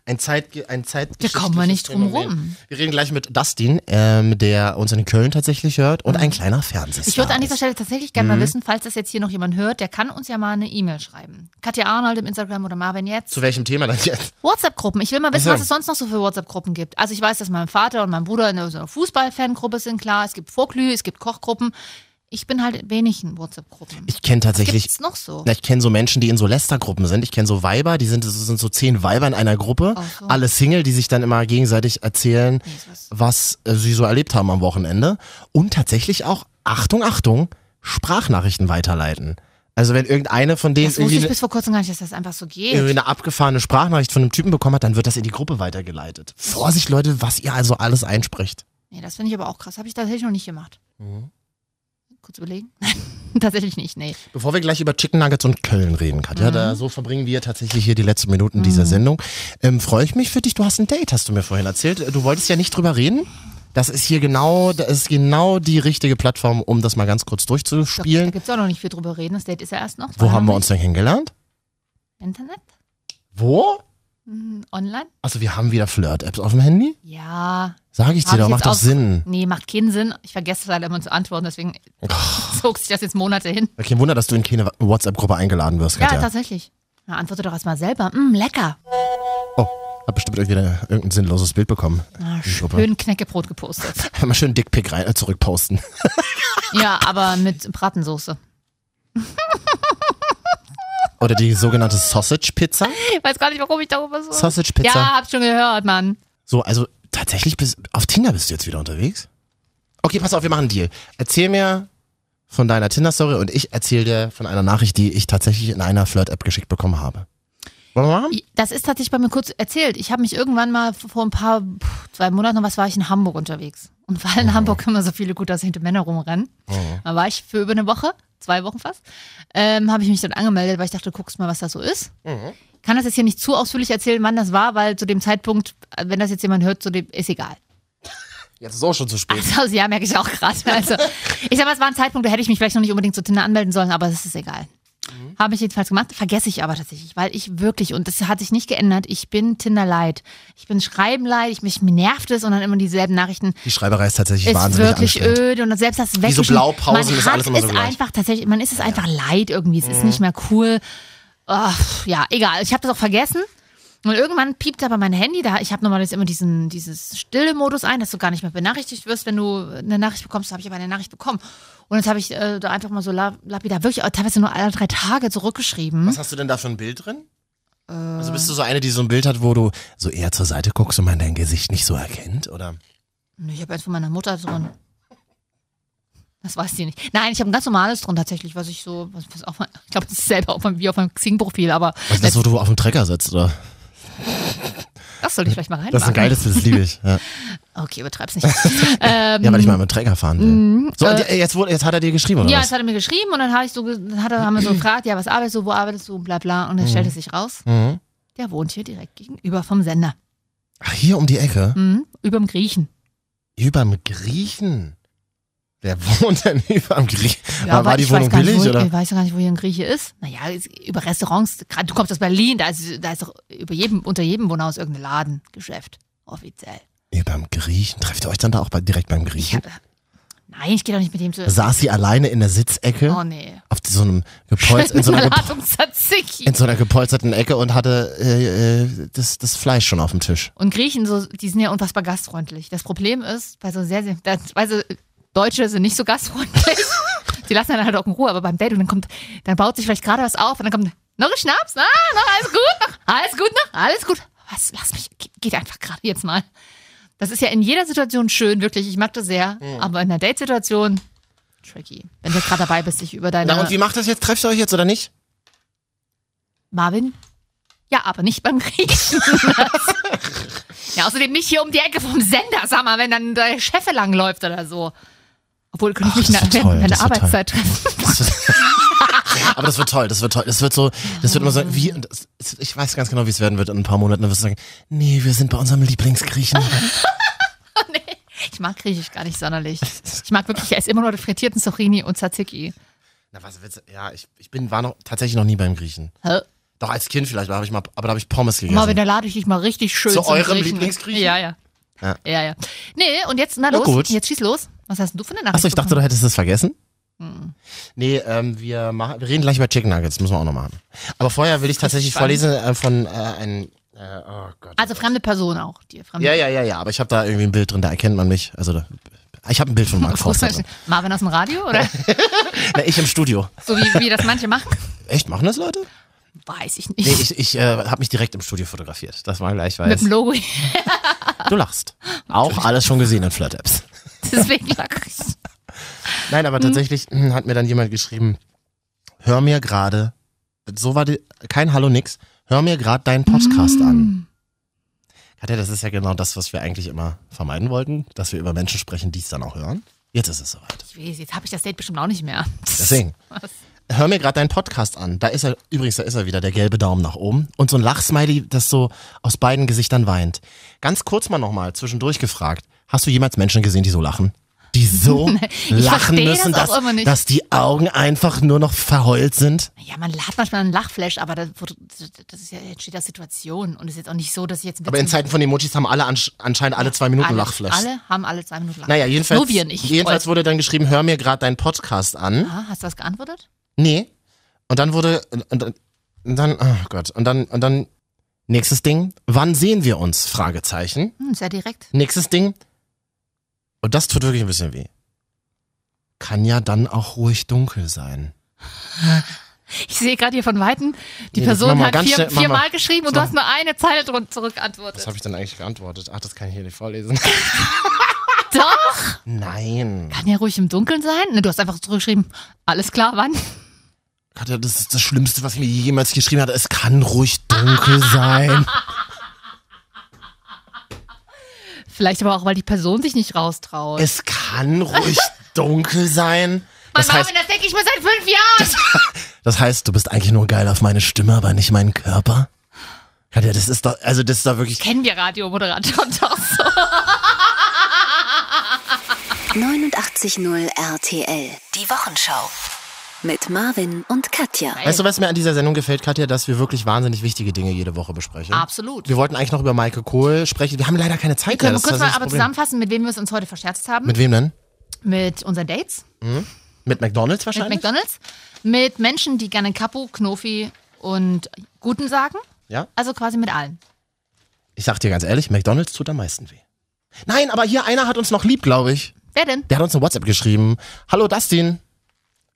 Speaker 1: Ein Zeit, ein Zeit
Speaker 3: Da kommen wir nicht drum rum.
Speaker 1: Wir reden gleich mit Dustin, ähm, der uns in Köln tatsächlich hört und ein kleiner Fernseher.
Speaker 3: Mhm. Ich würde an dieser Stelle tatsächlich gerne
Speaker 1: Mhm.
Speaker 3: mal wissen, falls das jetzt hier noch jemand hört, der kann uns ja mal eine E-Mail schreiben. Katja Arnold im Instagram oder Marvin jetzt.
Speaker 1: Zu welchem Thema dann jetzt?
Speaker 3: WhatsApp-Gruppen. Ich will mal wissen,
Speaker 1: Ach so.
Speaker 3: was es sonst noch so für WhatsApp-Gruppen gibt. Also ich weiß, dass mein Vater und mein Bruder in so einer Fußball-Fangruppe sind, klar. Es gibt Vorklü, es gibt Kochgruppen. Ich bin halt in wenigen WhatsApp-Gruppen.
Speaker 1: Ich kenne tatsächlich.
Speaker 3: Gibt's noch so?
Speaker 1: Na, ich kenne so Menschen, die in so Lästergruppen sind. Ich kenne so Weiber, die sind, das sind so zehn Weiber in einer Gruppe.
Speaker 3: Ach so.
Speaker 1: Alle Single, die sich dann immer gegenseitig erzählen,
Speaker 3: Jesus.
Speaker 1: was äh, sie so erlebt haben am Wochenende. Und tatsächlich auch, Achtung, Achtung, Sprachnachrichten weiterleiten. Also wenn irgendeine von denen
Speaker 3: Das wusste
Speaker 1: irgendwie
Speaker 3: ich
Speaker 1: eine,
Speaker 3: bis vor kurzem gar nicht, dass das einfach so geht.
Speaker 1: irgendwie eine abgefahrene Sprachnachricht von einem Typen bekommen hat, dann wird das in die Gruppe weitergeleitet. Vorsicht, Leute, was ihr also alles einspricht.
Speaker 3: Nee, das finde ich aber auch krass. Habe ich tatsächlich noch nicht gemacht. Kurz überlegen. tatsächlich nicht, nee.
Speaker 1: Bevor wir gleich über Chicken Nuggets und Köln reden,
Speaker 3: Mhm.
Speaker 1: Katja, da, so verbringen wir tatsächlich hier die letzten Minuten dieser Sendung. Ähm, Freue ich mich für dich. Du hast ein Date, hast du mir vorhin erzählt. Äh, Du wolltest ja nicht drüber reden. Das ist hier genau, das ist genau die richtige Plattform, um das mal ganz kurz
Speaker 3: Da, da
Speaker 1: durchzuspielen.
Speaker 3: gibt es auch noch nicht viel drüber reden. Das Date ist ja erst noch.
Speaker 1: Wo haben wir uns denn kennengelernt?
Speaker 3: Internet?
Speaker 1: Wo?
Speaker 3: Mhm, Online?
Speaker 1: Also wir haben wieder Flirt-Apps auf dem Handy.
Speaker 3: Ja.
Speaker 1: Sag ich
Speaker 3: Hab
Speaker 1: dir, doch,
Speaker 3: ich
Speaker 1: macht
Speaker 3: jetzt
Speaker 1: doch
Speaker 3: auch-
Speaker 1: Sinn.
Speaker 3: Nee, macht keinen Sinn. Oh. Ich vergesse es leider immer zu antworten, deswegen zog sich das jetzt Monate hin.
Speaker 1: Kein Wunder, dass du in keine WhatsApp-Gruppe eingeladen wirst,
Speaker 3: Ja,
Speaker 1: Katja.
Speaker 3: tatsächlich. Na, antworte doch erstmal selber. Mm, lecker.
Speaker 1: oh, hab bestimmt irgendwie eine- irgendein sinnloses Bild bekommen.
Speaker 3: Na,
Speaker 1: Die Gruppe.
Speaker 3: Ah, schön Knäckebrot gepostet.
Speaker 1: Mal schön Dickpick rein, äh, zurückposten.
Speaker 3: ja, aber mit Bratensoße.
Speaker 1: Oder die sogenannte Sausage-Pizza.
Speaker 3: Ich weiß gar nicht, warum ich darüber so.
Speaker 1: Sausage-Pizza.
Speaker 3: Ja, hab schon gehört, Mann.
Speaker 1: So, also tatsächlich bist auf Tinder bist du jetzt wieder unterwegs? Okay, pass auf, wir machen einen Deal. Erzähl mir von deiner Tinder-Story und ich erzähl dir von einer Nachricht, die ich tatsächlich in einer Flirt-App geschickt bekommen habe. Wollen wir machen?
Speaker 3: Das ist tatsächlich bei mir kurz erzählt. Ich habe mich irgendwann mal vor ein paar, pff, zwei Monaten, was war ich in Hamburg unterwegs. Und weil in Hamburg immer so viele gut aussehende Männer rumrennen, da war ich für über eine Woche, zwei Wochen fast, ähm, habe ich mich dann angemeldet, weil ich dachte, guckst mal, was das so ist. Ich kann das jetzt hier nicht zu ausführlich erzählen, wann das war, weil zu dem Zeitpunkt, äh, wenn das jetzt jemand hört, zu dem ist egal.
Speaker 1: Jetzt ist auch schon zu spät.
Speaker 3: Also, ja, merke ich auch gerade. Also, ich sag mal, es war ein Zeitpunkt, da hätte ich mich vielleicht noch nicht unbedingt zu Tinder anmelden sollen, aber es ist egal. Habe ich jedenfalls gemacht, vergesse ich aber tatsächlich, weil ich wirklich, und das hat sich nicht geändert, ich bin Tinder leid. Ich bin Schreiben leid, ich, mich, mich nervt es und dann immer dieselben Nachrichten.
Speaker 1: Die Schreiberei ist tatsächlich
Speaker 3: Ist
Speaker 1: wahnsinnig
Speaker 3: wirklich
Speaker 1: anstrengend.
Speaker 3: öde und selbst das Wegwischen.
Speaker 1: Blaupausen
Speaker 3: man
Speaker 1: ist
Speaker 3: hat
Speaker 1: alles immer
Speaker 3: es
Speaker 1: so gleich. Mhm.
Speaker 3: einfach tatsächlich, man ist es einfach leid irgendwie, es ist nicht mehr cool. Ach, ja, egal, ich habe das auch vergessen. Und irgendwann piept aber mein Handy, da ich habe normalerweise immer diesen dieses stille Modus ein, dass du gar nicht mehr benachrichtigt wirst, wenn du eine Nachricht bekommst, da habe ich aber eine Nachricht bekommen. Und jetzt habe ich äh, da einfach mal so la- lapidar, wirklich auch teilweise nur alle drei Tage zurückgeschrieben.
Speaker 1: Was hast du denn da für ein Bild drin?
Speaker 3: Äh.
Speaker 1: Also bist du so eine, die so ein Bild hat, wo du so eher zur Seite guckst und man dein Gesicht nicht so erkennt, oder?
Speaker 3: Nö, Ich habe eins von meiner Mutter drin. Das weiß sie nicht. Nein, ich habe ein ganz normales drin tatsächlich, was ich so, was, was auch mal, ich glaube, das ist selber auf meinem, wie auf meinem Xing-Profil, aber
Speaker 1: Also das, wo du auf dem Trecker sitzt, oder?
Speaker 3: das soll ich vielleicht mal reinmachen.
Speaker 1: Das ist ein geiles Bild, das liebe ich. Ja,
Speaker 3: Okay, übertreib's nicht. ähm,
Speaker 1: ja weil ich mal mit dem Trecker fahren will. So, und
Speaker 3: äh,
Speaker 1: jetzt, wurde, jetzt hat er dir geschrieben, oder
Speaker 3: ja,
Speaker 1: was?
Speaker 3: das hat er mir geschrieben und dann habe ich so, ge- dann hat er, haben wir so gefragt, ja, was arbeitest du, wo arbeitest du, bla bla. Und dann stellte sich raus,
Speaker 1: Mhm.
Speaker 3: der wohnt hier direkt gegenüber vom Sender.
Speaker 1: Ach, hier um die Ecke?
Speaker 3: Mhm, überm Griechen.
Speaker 1: Überm Griechen? Wer wohnt denn überm Griechen?
Speaker 3: Ja,
Speaker 1: war, war die
Speaker 3: ich
Speaker 1: Wohnung
Speaker 3: weiß gar nicht,
Speaker 1: billig,
Speaker 3: wo,
Speaker 1: oder?
Speaker 3: Ich weiß gar nicht, wo hier ein Grieche ist. Naja, ist, über Restaurants, grad- du kommst aus Berlin, da ist, da ist doch über jedem, unter jedem Wohnhaus irgendein Ladengeschäft, offiziell.
Speaker 1: Überm Griechen? Trefft ihr euch dann da auch bei, direkt beim
Speaker 3: Ich
Speaker 1: Griechen?
Speaker 3: hab, nein, ich gehe doch nicht mit dem zu.
Speaker 1: Saß sie alleine in der Sitzecke
Speaker 3: Oh nee.
Speaker 1: auf so einem Gepolz, in, so einer
Speaker 3: Salat
Speaker 1: gepol-
Speaker 3: und Tzatziki.
Speaker 1: in so einer gepolsterten Ecke und hatte äh, äh, das, das Fleisch schon auf dem Tisch.
Speaker 3: Und Griechen, so, die sind ja unfassbar gastfreundlich. Das Problem ist, bei so sehr, sehr, das, weil so, Deutsche sind nicht so gastfreundlich. die lassen dann halt auch in Ruhe, aber beim Date und dann kommt, dann baut sich vielleicht gerade was auf und dann kommt noch ein Schnaps, na, noch alles gut, noch alles gut, noch alles gut. Was, lass mich, ge- geht einfach gerade jetzt mal. Das ist ja in jeder Situation schön, wirklich. Ich mag das sehr,
Speaker 1: Mhm.
Speaker 3: aber in der Date-Situation tricky. Wenn du gerade dabei bist, dich über deine
Speaker 1: Na, und wie macht das jetzt? Trefft ihr euch jetzt oder nicht?
Speaker 3: Marvin? Ja, aber nicht beim Griechen. ja, außerdem nicht hier um die Ecke vom Sender, sag mal, wenn dann der Chef langläuft oder so. Obwohl, könnte
Speaker 1: Ach,
Speaker 3: ich mich
Speaker 1: das
Speaker 3: nach-
Speaker 1: ist toll,
Speaker 3: während
Speaker 1: das
Speaker 3: der
Speaker 1: ist toll.
Speaker 3: Arbeitszeit treffen.
Speaker 1: Das wird- Aber das wird toll, das wird toll. Das wird so, das wird immer so, wie, und das, ich weiß ganz genau, wie es werden wird in ein paar Monaten. Dann wirst du sagen, nee, wir sind bei unserem Lieblingsgriechen.
Speaker 3: Ich mag Griechisch gar nicht sonderlich. Ich mag wirklich, ich esse immer nur die frittierten Zucchini und Tzatziki.
Speaker 1: Na, was willst du? Ja, ich, ich bin, war noch, tatsächlich noch nie beim Griechen.
Speaker 3: Hä?
Speaker 1: Doch als Kind vielleicht, aber, hab ich mal, aber da habe ich Pommes gegessen.
Speaker 3: Marvin, da lade ich dich mal richtig schön
Speaker 1: Zu
Speaker 3: zum
Speaker 1: eurem
Speaker 3: Griechen.
Speaker 1: Lieblingsgriechen?
Speaker 3: Ja, ja.
Speaker 1: Ja.
Speaker 3: Ja, ja. Nee, und jetzt, na
Speaker 1: Na
Speaker 3: los,
Speaker 1: gut.
Speaker 3: jetzt schieß los. Was hast denn du für eine Nachricht?
Speaker 1: Achso, ich dachte,
Speaker 3: bekommen?
Speaker 1: du hättest das vergessen.
Speaker 3: Hm.
Speaker 1: Nee, ähm, wir, machen, wir reden gleich über Chicken Nuggets, müssen wir auch noch machen. Aber vorher will ich tatsächlich
Speaker 3: spannend.
Speaker 1: vorlesen äh, von äh, einem. Äh, oh Gott.
Speaker 3: Also fremde Person auch, dir. Fremde
Speaker 1: ja, ja, ja, ja, aber ich habe da irgendwie ein Bild drin, da erkennt man mich. Also, da, ich habe ein Bild von Mark Forster drin.
Speaker 3: Marvin aus dem Radio, oder?
Speaker 1: Na, ich im Studio.
Speaker 3: so wie, wie das manche machen?
Speaker 1: Echt, machen das Leute?
Speaker 3: Weiß ich
Speaker 1: Nee,
Speaker 3: nicht.
Speaker 1: ich, ich äh, habe mich direkt im Studio fotografiert, dass man gleich
Speaker 3: Mit
Speaker 1: weiß.
Speaker 3: dem Logo.
Speaker 1: Du lachst. Auch alles schon gesehen in Flirt-Apps.
Speaker 3: Deswegen lag ich.
Speaker 1: Nein, aber tatsächlich hm, hat mir dann jemand geschrieben, hör mir gerade, so war die, kein Hallo nix, hör mir gerade deinen Podcast an. Katja, das ist ja genau das, was wir eigentlich immer vermeiden wollten, dass wir über Menschen sprechen, die es dann auch hören. Jetzt ist es soweit.
Speaker 3: Ich weiß, jetzt habe ich das Date bestimmt auch nicht mehr.
Speaker 1: Deswegen.
Speaker 3: Was?
Speaker 1: Hör mir gerade deinen Podcast an. Da ist er, übrigens, da ist er wieder, der gelbe Daumen nach oben. Und so ein Lachsmiley, das so aus beiden Gesichtern weint. Ganz kurz mal nochmal zwischendurch gefragt. Hast du jemals Menschen gesehen, die so lachen? Die so lachen
Speaker 3: verstehe
Speaker 1: müssen,
Speaker 3: das auch
Speaker 1: dass,
Speaker 3: immer nicht.
Speaker 1: dass die Augen einfach nur noch verheult sind?
Speaker 3: Ja, man hat manchmal einen Lachflash, aber das, das ist ja, entsteht aus Situation und ist jetzt auch nicht so, dass ich jetzt. Mit
Speaker 1: Aber in Zeiten von Emojis haben alle ansch- anscheinend alle zwei Minuten
Speaker 3: alle,
Speaker 1: Lachflash.
Speaker 3: Alle haben alle zwei Minuten Lachflash.
Speaker 1: Naja, jedenfalls,
Speaker 3: Nur wir nicht.
Speaker 1: jedenfalls
Speaker 3: Voll.
Speaker 1: wurde dann geschrieben, hör mir gerade deinen Podcast an.
Speaker 3: Ah, hast du das geantwortet?
Speaker 1: Nee. Und dann wurde. Und, und, und dann, oh Gott. Und dann, und dann, nächstes Ding, wann sehen wir uns? Fragezeichen.
Speaker 3: Hm, sehr direkt.
Speaker 1: Nächstes Ding. Und das tut wirklich ein bisschen weh. Kann ja dann auch ruhig dunkel sein.
Speaker 3: Ich sehe gerade hier von Weitem, die
Speaker 1: Nee, das machen
Speaker 3: Person
Speaker 1: wir
Speaker 3: hat
Speaker 1: ganz
Speaker 3: vier,
Speaker 1: schnell- machen wir-
Speaker 3: viermal geschrieben und du
Speaker 1: das
Speaker 3: hast nur eine Zeile drunter
Speaker 1: Was
Speaker 3: zurückantwortet.
Speaker 1: habe ich denn eigentlich geantwortet? Ach, das kann ich hier nicht vorlesen.
Speaker 3: Doch!
Speaker 1: Nein.
Speaker 3: Kann ja ruhig im Dunkeln sein. Ne, Du hast einfach zurückgeschrieben, alles klar, wann?
Speaker 1: Katja, das ist das Schlimmste, was mir jemals geschrieben hat. Es kann ruhig dunkel sein.
Speaker 3: Vielleicht aber auch, weil die Person sich nicht raustraut.
Speaker 1: Es kann ruhig dunkel sein.
Speaker 3: Mann,
Speaker 1: Das heißt,
Speaker 3: Marvin, das denke ich mir seit fünf Jahren.
Speaker 1: Das heißt, du bist eigentlich nur geil auf meine Stimme, aber nicht meinen Körper? Katja, das ist doch, also das ist doch wirklich.
Speaker 3: Kennen wir Radiomoderatoren doch so.
Speaker 4: 89.0 RTL. Die Wochenschau. Mit Marvin und Katja.
Speaker 1: Weißt du, was mir an dieser Sendung gefällt, Katja, dass wir wirklich wahnsinnig wichtige Dinge jede Woche besprechen.
Speaker 3: Absolut.
Speaker 1: Wir wollten eigentlich noch über Maike Kohl sprechen. Wir haben leider keine Zeit mehr.
Speaker 3: Können wir
Speaker 1: das ist
Speaker 3: kurz mal
Speaker 1: tatsächlich
Speaker 3: aber
Speaker 1: das Problem.
Speaker 3: zusammenfassen, mit wem wir es uns heute verscherzt haben?
Speaker 1: Mit wem denn?
Speaker 3: Mit unseren Dates,
Speaker 1: Mit McDonalds
Speaker 3: mit
Speaker 1: wahrscheinlich?
Speaker 3: McDonalds, mit Menschen, die gerne Kapu, Knofi und Guten sagen.
Speaker 1: Ja.
Speaker 3: Also quasi mit allen.
Speaker 1: Ich sag dir ganz ehrlich, McDonalds tut am meisten weh. Nein, aber hier einer hat uns noch lieb, glaube ich.
Speaker 3: Wer denn?
Speaker 1: Der hat uns eine WhatsApp geschrieben. Hallo Dustin.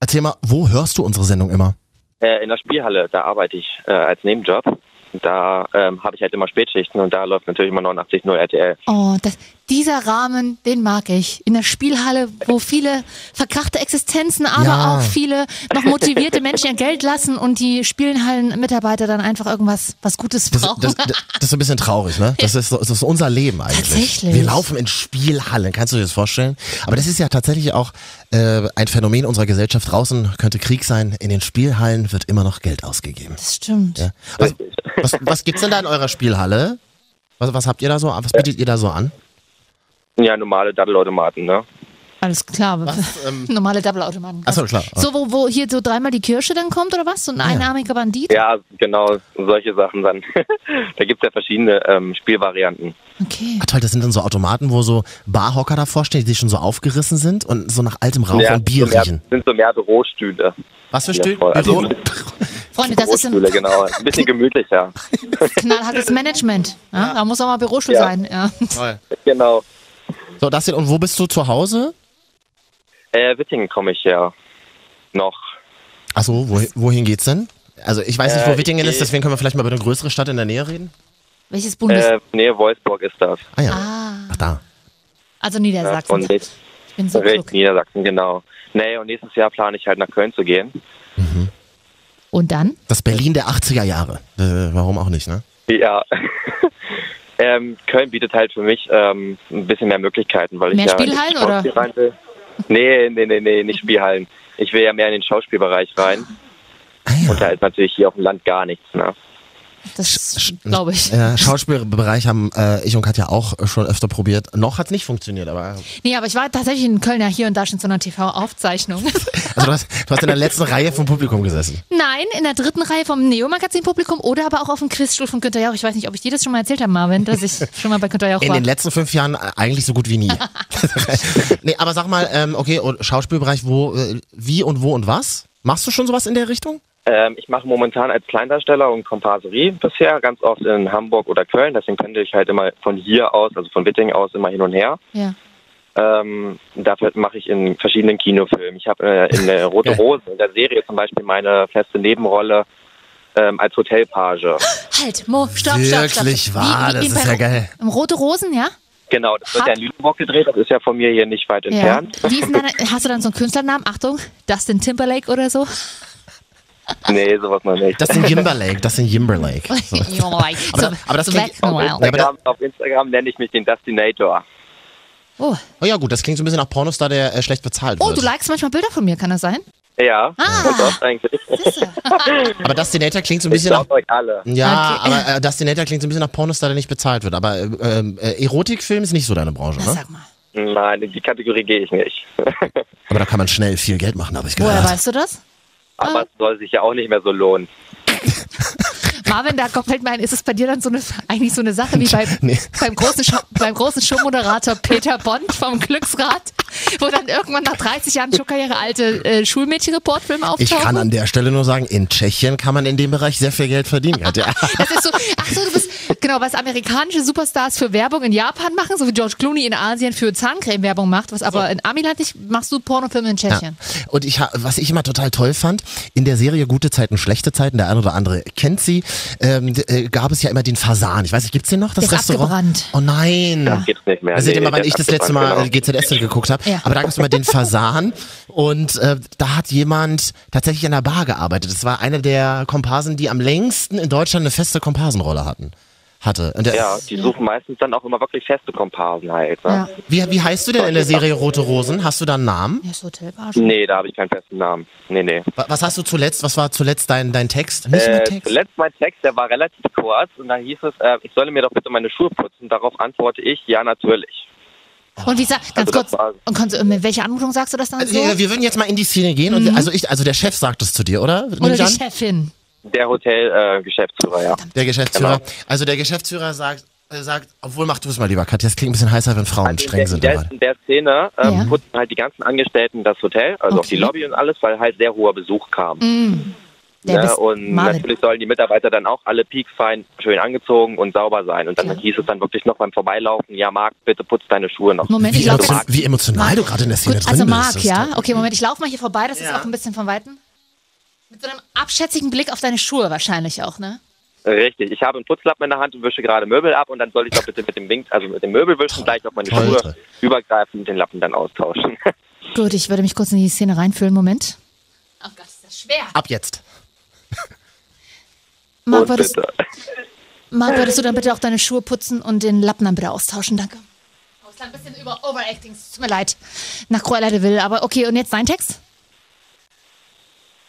Speaker 1: Erzähl mal, wo hörst du unsere Sendung immer?
Speaker 6: Äh, in der Spielhalle, da arbeite ich äh, als Nebenjob. Da ähm, habe ich halt immer Spätschichten und da läuft natürlich immer 89.0 RTL.
Speaker 3: Oh, das, dieser Rahmen, den mag ich. In der Spielhalle, wo viele verkrachte Existenzen, aber
Speaker 1: Ja.
Speaker 3: auch viele noch motivierte Menschen ihr Geld lassen und die Spielenhallenmitarbeiter dann einfach irgendwas was Gutes
Speaker 1: Das,
Speaker 3: brauchen.
Speaker 1: das, das, das ist so ein bisschen traurig, ne? Das ist, so, das ist unser Leben eigentlich.
Speaker 3: Tatsächlich.
Speaker 1: Wir laufen in Spielhallen, kannst du dir das vorstellen? Aber das ist ja tatsächlich auch äh, ein Phänomen unserer Gesellschaft. Draußen könnte Krieg sein, in den Spielhallen wird immer noch Geld ausgegeben.
Speaker 3: Das stimmt.
Speaker 1: Ja. Was, was, was gibt's denn da in eurer Spielhalle? Was, was habt ihr da so, was bietet ihr da so an?
Speaker 6: Ja, normale Daddelautomaten, ne?
Speaker 3: Alles klar.
Speaker 1: Was, ähm,
Speaker 3: Normale Doppelautomaten. Also,
Speaker 1: Ach so, klar.
Speaker 3: So, wo, wo hier so dreimal die Kirsche dann kommt oder was? So ein einarmiger Bandit?
Speaker 6: Ja, genau, solche Sachen dann. da gibt's ja verschiedene ähm, Spielvarianten.
Speaker 3: Okay.
Speaker 1: Ah, toll, das sind dann so Automaten, wo so Barhocker davor stehen, die schon so aufgerissen sind und so nach altem Rauch und Bier
Speaker 6: sind so mehr-
Speaker 1: riechen.
Speaker 6: sind so mehr Bürostühle.
Speaker 1: Was für
Speaker 6: Ja,
Speaker 1: Stühle?
Speaker 6: voll. Also-
Speaker 3: Freunde, das ist ein
Speaker 6: Bürostühle, genau. Ein bisschen gemütlicher.
Speaker 3: knallhartes Management. Ja? Da muss auch mal Bürostuhl
Speaker 6: Ja.
Speaker 3: sein. Ja.
Speaker 6: Genau.
Speaker 1: so, das und wo bist du zu Hause?
Speaker 6: Äh, Wittingen komme ich her. Noch.
Speaker 1: Achso, wohin, wohin geht's denn? Also ich weiß nicht, wo
Speaker 6: Äh,
Speaker 1: Wittingen
Speaker 6: ich-
Speaker 1: ist, deswegen können wir vielleicht mal über eine größere Stadt in der Nähe reden.
Speaker 3: Welches Bundes?
Speaker 6: Äh, nee, Wolfsburg ist das.
Speaker 1: Ah ja,
Speaker 3: ah,
Speaker 1: ach da.
Speaker 3: also
Speaker 6: Ja,
Speaker 3: Niedersachsen.
Speaker 6: und jetzt
Speaker 3: ich bin so
Speaker 6: Recht,
Speaker 3: klug.
Speaker 6: Niedersachsen, genau. Nee, und nächstes Jahr plane ich halt nach Köln zu gehen.
Speaker 3: Und dann?
Speaker 1: Das Berlin der 80er Jahre. Äh, warum auch nicht, ne?
Speaker 6: Ja. ähm, Köln bietet halt für mich ähm, ein bisschen mehr Möglichkeiten, weil
Speaker 3: Mehr
Speaker 6: ich ja
Speaker 3: Spielhallen,
Speaker 6: in den Schauspiel
Speaker 3: oder?
Speaker 6: rein will. Nee, nee, nee, nee, nicht Spielhallen. Ich will ja mehr in den Schauspielbereich rein.
Speaker 1: Ah ja.
Speaker 6: Und halt da ist natürlich hier auf dem Land gar nichts. Ne?
Speaker 3: Das glaube ich.
Speaker 1: Äh, Schauspielbereich haben äh, ich und Katja auch schon öfter probiert. Noch hat's nicht funktioniert, aber also
Speaker 3: Nee, aber ich war tatsächlich in Köln ja hier und da schon zu einer TV-Aufzeichnung.
Speaker 1: also du, hast, du hast in der letzten Reihe vom Publikum gesessen.
Speaker 3: Nein, in der dritten Reihe vom Neo-Magazin-Publikum oder aber auch auf dem Quizstuhl von Günter Jauch. Ich weiß nicht, ob ich dir das schon mal erzählt habe, Marvin, dass ich schon mal bei Günter Jauch
Speaker 1: In
Speaker 3: war.
Speaker 1: den letzten fünf Jahren äh, eigentlich so gut wie nie. nee, aber sag mal, ähm, okay, und Schauspielbereich, wo, äh, wie und wo und was? Machst du schon sowas in der Richtung?
Speaker 6: Ähm, ich mache momentan als Kleindarsteller und Komparserie bisher ganz oft in Hamburg oder Köln. Deswegen pendel ich halt immer von hier aus, also von Wittingen aus, immer hin und her.
Speaker 3: ja.
Speaker 6: Ähm, dafür mache ich in verschiedenen Kinofilmen. Ich habe äh, in der Rote
Speaker 1: Geil.
Speaker 6: Rose in der Serie zum Beispiel meine feste Nebenrolle ähm, als Hotelpage.
Speaker 3: Halt, Mo, stopp, stopp, stopp.
Speaker 1: Wirklich wahr, das
Speaker 3: in
Speaker 1: ist
Speaker 3: bei
Speaker 1: ja geil.
Speaker 3: Im Rote Rosen, ja?
Speaker 6: Genau, das wird
Speaker 3: Hab-
Speaker 6: ja in Lüneburg gedreht, das ist ja von mir hier nicht weit entfernt.
Speaker 3: Ja. Wie ist denn dann, hast du dann so einen Künstlernamen? Achtung, Dustin Timberlake oder so?
Speaker 6: Nee, sowas noch nicht.
Speaker 1: Das sind Jimberlake, das sind Jimberlake. So.
Speaker 3: Alright.
Speaker 1: Aber- aber das
Speaker 3: so oh,
Speaker 1: klingt-
Speaker 3: back in a
Speaker 6: auf,
Speaker 3: while.
Speaker 1: Ja, aber da-
Speaker 6: Instagram, auf Instagram nenne ich mich den Destinator.
Speaker 3: Oh.
Speaker 1: Oh ja, gut, das klingt so ein bisschen nach Pornostar, der äh, schlecht bezahlt
Speaker 3: oh,
Speaker 1: wird.
Speaker 3: du likest manchmal Bilder von mir, kann das sein?
Speaker 6: Ja,
Speaker 3: Ah.
Speaker 6: und das eigentlich.
Speaker 1: aber Destinator klingt so ein
Speaker 6: Ich
Speaker 1: bisschen nach.
Speaker 6: glaube euch alle.
Speaker 1: Ja,
Speaker 3: Okay.
Speaker 1: aber äh, Destinator klingt so ein bisschen nach Pornostar, der nicht bezahlt wird. Aber äh, äh, Erotikfilm ist nicht so deine Branche,
Speaker 3: Na,
Speaker 1: ne?
Speaker 3: Sag mal.
Speaker 6: Nein, in die Kategorie gehe ich nicht.
Speaker 1: Aber da kann man schnell viel Geld machen, habe ich
Speaker 3: Woher
Speaker 1: gehört.
Speaker 3: weißt du das?
Speaker 6: Aber es soll sich ja auch nicht mehr so lohnen.
Speaker 3: Marvin, da kommt- fällt mir ein, ist es bei dir dann so eine, eigentlich so eine Sache wie bei,
Speaker 1: Nee.
Speaker 3: beim großen, Show, beim großen Showmoderator Peter Bond vom Glücksrad, wo dann irgendwann nach 30 Jahren Showkarriere alte äh, Schulmädchen-Reportfilme auftauchen?
Speaker 1: Ich kann an der Stelle nur sagen, in Tschechien kann man in dem Bereich sehr viel Geld verdienen. Katja.
Speaker 3: das ist so, ach so, du bist, genau, was amerikanische Superstars für Werbung in Japan machen, so wie George Clooney in Asien für Zahncreme Werbung macht, was aber in Amiland nicht, machst du Pornofilme in Tschechien.
Speaker 1: Und ich, ha- was ich immer total toll fand, in der Serie Gute Zeiten, Schlechte Zeiten, der eine oder andere kennt sie, ähm, d- äh, gab es ja immer den Fasan. Ich weiß nicht, gibt's den noch, das
Speaker 3: Der ist
Speaker 1: Restaurant?
Speaker 3: abgebrannt.
Speaker 1: Oh nein.
Speaker 6: Das gibt's nicht mehr.
Speaker 1: Da seht ihr
Speaker 6: Nee,
Speaker 1: mal, wann
Speaker 6: der
Speaker 1: ich
Speaker 6: ist
Speaker 1: das letzte
Speaker 6: abgebrannt,
Speaker 1: Mal äh,
Speaker 6: genau.
Speaker 1: GZS denn geguckt habe.
Speaker 3: Ja.
Speaker 1: Aber da gab es immer den Fasan und äh, da hat jemand tatsächlich an der Bar gearbeitet. Das war einer der Komparsen, die am längsten in Deutschland eine feste Komparsenrolle hatten. Hatte. Und der,
Speaker 6: Ja, die suchen meistens dann auch immer wirklich feste Komparsen halt. Ne?
Speaker 3: Ja.
Speaker 1: wie, wie heißt du denn in der Serie Rote Rosen? Hast du da einen Namen?
Speaker 3: Ja, ist Hotelbar.
Speaker 6: Nee, da habe ich keinen festen Namen. Nee, nee.
Speaker 1: Wa- Was hast du zuletzt, was war zuletzt dein, dein Text? Nicht mit
Speaker 6: Äh,
Speaker 1: Text?
Speaker 6: zuletzt mein Text, der war relativ kurz und da hieß es, äh, ich solle mir doch bitte meine Schuhe putzen. Darauf antworte ich, ja, natürlich.
Speaker 1: Oh,
Speaker 3: Und wie sagt, ganz
Speaker 6: Also das
Speaker 3: kurz,
Speaker 6: war- Äh,
Speaker 3: und kannst, du- mit welcher Anmutung sagst du das dann so?
Speaker 1: Also, wir würden jetzt mal in die Szene gehen. Und, also, ich, also der Chef sagt es zu dir, oder? Nehme
Speaker 3: Mhm. Oder
Speaker 1: ich
Speaker 3: die
Speaker 1: an?
Speaker 3: Chefin?
Speaker 6: Der Hotel-Geschäftsführer, ja.
Speaker 1: Der Geschäftsführer.
Speaker 6: Genau.
Speaker 1: Also der Geschäftsführer sagt, äh, sagt, obwohl mach du es mal lieber, Katja, das klingt ein bisschen heißer, wenn Frauen
Speaker 6: Also in
Speaker 1: streng
Speaker 6: der,
Speaker 1: sind.
Speaker 6: in
Speaker 1: dabei.
Speaker 6: der, in der Szene ähm,
Speaker 3: Ja.
Speaker 6: putzen halt die ganzen Angestellten das Hotel, also auch
Speaker 3: Okay.
Speaker 6: die Lobby und alles, weil halt sehr hoher Besuch kam.
Speaker 3: Der
Speaker 6: ne?
Speaker 3: bist
Speaker 6: Und
Speaker 3: Marvin.
Speaker 6: natürlich sollen die Mitarbeiter dann auch alle piekfein schön angezogen und sauber sein. Und dann
Speaker 3: Ja.
Speaker 6: hieß es dann wirklich noch beim Vorbeilaufen, ja Marc, bitte putz deine Schuhe noch.
Speaker 3: Moment, ich
Speaker 1: Wie,
Speaker 3: laufe
Speaker 1: emotio wie emotional du gerade in der Szene
Speaker 3: Gut,
Speaker 1: drin
Speaker 3: also
Speaker 1: bist.
Speaker 3: Marc,
Speaker 1: Das ist
Speaker 3: ja?
Speaker 1: doch-
Speaker 3: Okay, Moment, ich laufe mal hier vorbei, das ist
Speaker 6: Ja.
Speaker 3: auch ein bisschen von Weitem. Mit so einem abschätzigen Blick auf deine Schuhe wahrscheinlich auch, ne?
Speaker 6: Richtig, ich habe einen Putzlappen in der Hand und wische gerade Möbel ab und dann soll ich doch bitte mit dem Wink, also mit dem Möbel wischen, gleich auf meine
Speaker 1: Toll,
Speaker 6: Schuhe
Speaker 1: toll.
Speaker 6: übergreifen und den Lappen dann austauschen.
Speaker 3: Gut, ich würde mich kurz in die Szene reinfühlen, Moment. Oh Gott, ist das schwer.
Speaker 1: Ab jetzt.
Speaker 3: Marc,
Speaker 6: und
Speaker 3: würdest,
Speaker 6: bitte.
Speaker 3: Marc, würdest du dann bitte auch deine Schuhe putzen und den Lappen dann bitte austauschen, danke. Oh, ist ein bisschen über Overacting, es tut mir leid. Nach Cruella de Vil, aber okay, und jetzt dein Text?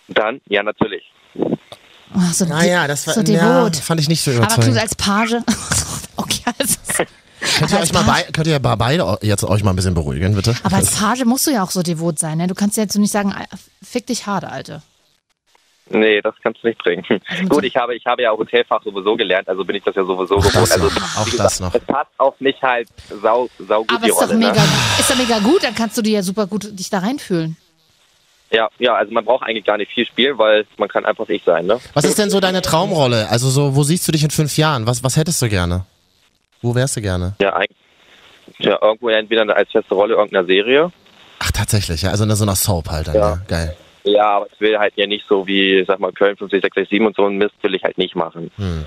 Speaker 6: Dann, ja natürlich.
Speaker 3: Oh, so
Speaker 1: Naja, das war
Speaker 3: so
Speaker 1: ja,
Speaker 3: devot.
Speaker 1: fand ich nicht so
Speaker 3: aber klingt
Speaker 1: überzeugend.
Speaker 3: als Page. okay, also alles.
Speaker 1: Könnt ihr,
Speaker 3: als
Speaker 1: euch mal bei,
Speaker 3: Page-
Speaker 1: könnt ihr mal beide au- jetzt euch mal ein bisschen beruhigen, bitte?
Speaker 3: Aber als Page musst du ja auch so devot sein, ne? Du kannst ja jetzt so nicht sagen, "Ah, fick dich harte, Alte.
Speaker 6: Nee, das kannst du nicht bringen.
Speaker 1: Also
Speaker 3: mit
Speaker 6: Gut,
Speaker 3: dem-
Speaker 6: ich habe, ich habe ja Hotelfach sowieso gelernt, also bin ich das ja sowieso gewohnt.
Speaker 1: das
Speaker 6: Also,
Speaker 1: noch, auch
Speaker 6: wie
Speaker 1: das noch.
Speaker 6: Es passt auf mich halt sau, sau gut
Speaker 3: Aber
Speaker 6: die
Speaker 3: ist doch
Speaker 6: Rolle.
Speaker 3: mega,
Speaker 6: Ne?
Speaker 3: ist doch mega gut, dann kannst du dir ja super gut dich da reinfühlen.
Speaker 6: Ja, ja, also man braucht eigentlich gar nicht viel Spiel, weil man kann einfach ich sein, ne?
Speaker 1: Was ist denn so deine Traumrolle? Also so, wo siehst du dich in fünf Jahren? Was, was hättest du gerne? Wo wärst du gerne?
Speaker 6: Ja, eigentlich. Ja, irgendwo entweder als feste Rolle irgendeiner Serie.
Speaker 1: Ach, tatsächlich, ja. Also in so einer Soap halt dann, ja.
Speaker 6: Ja.
Speaker 1: Geil.
Speaker 6: Ja, aber ich will halt ja nicht so wie, sag mal, Köln 50667 und so einen Mist will ich halt nicht machen.
Speaker 1: Hm.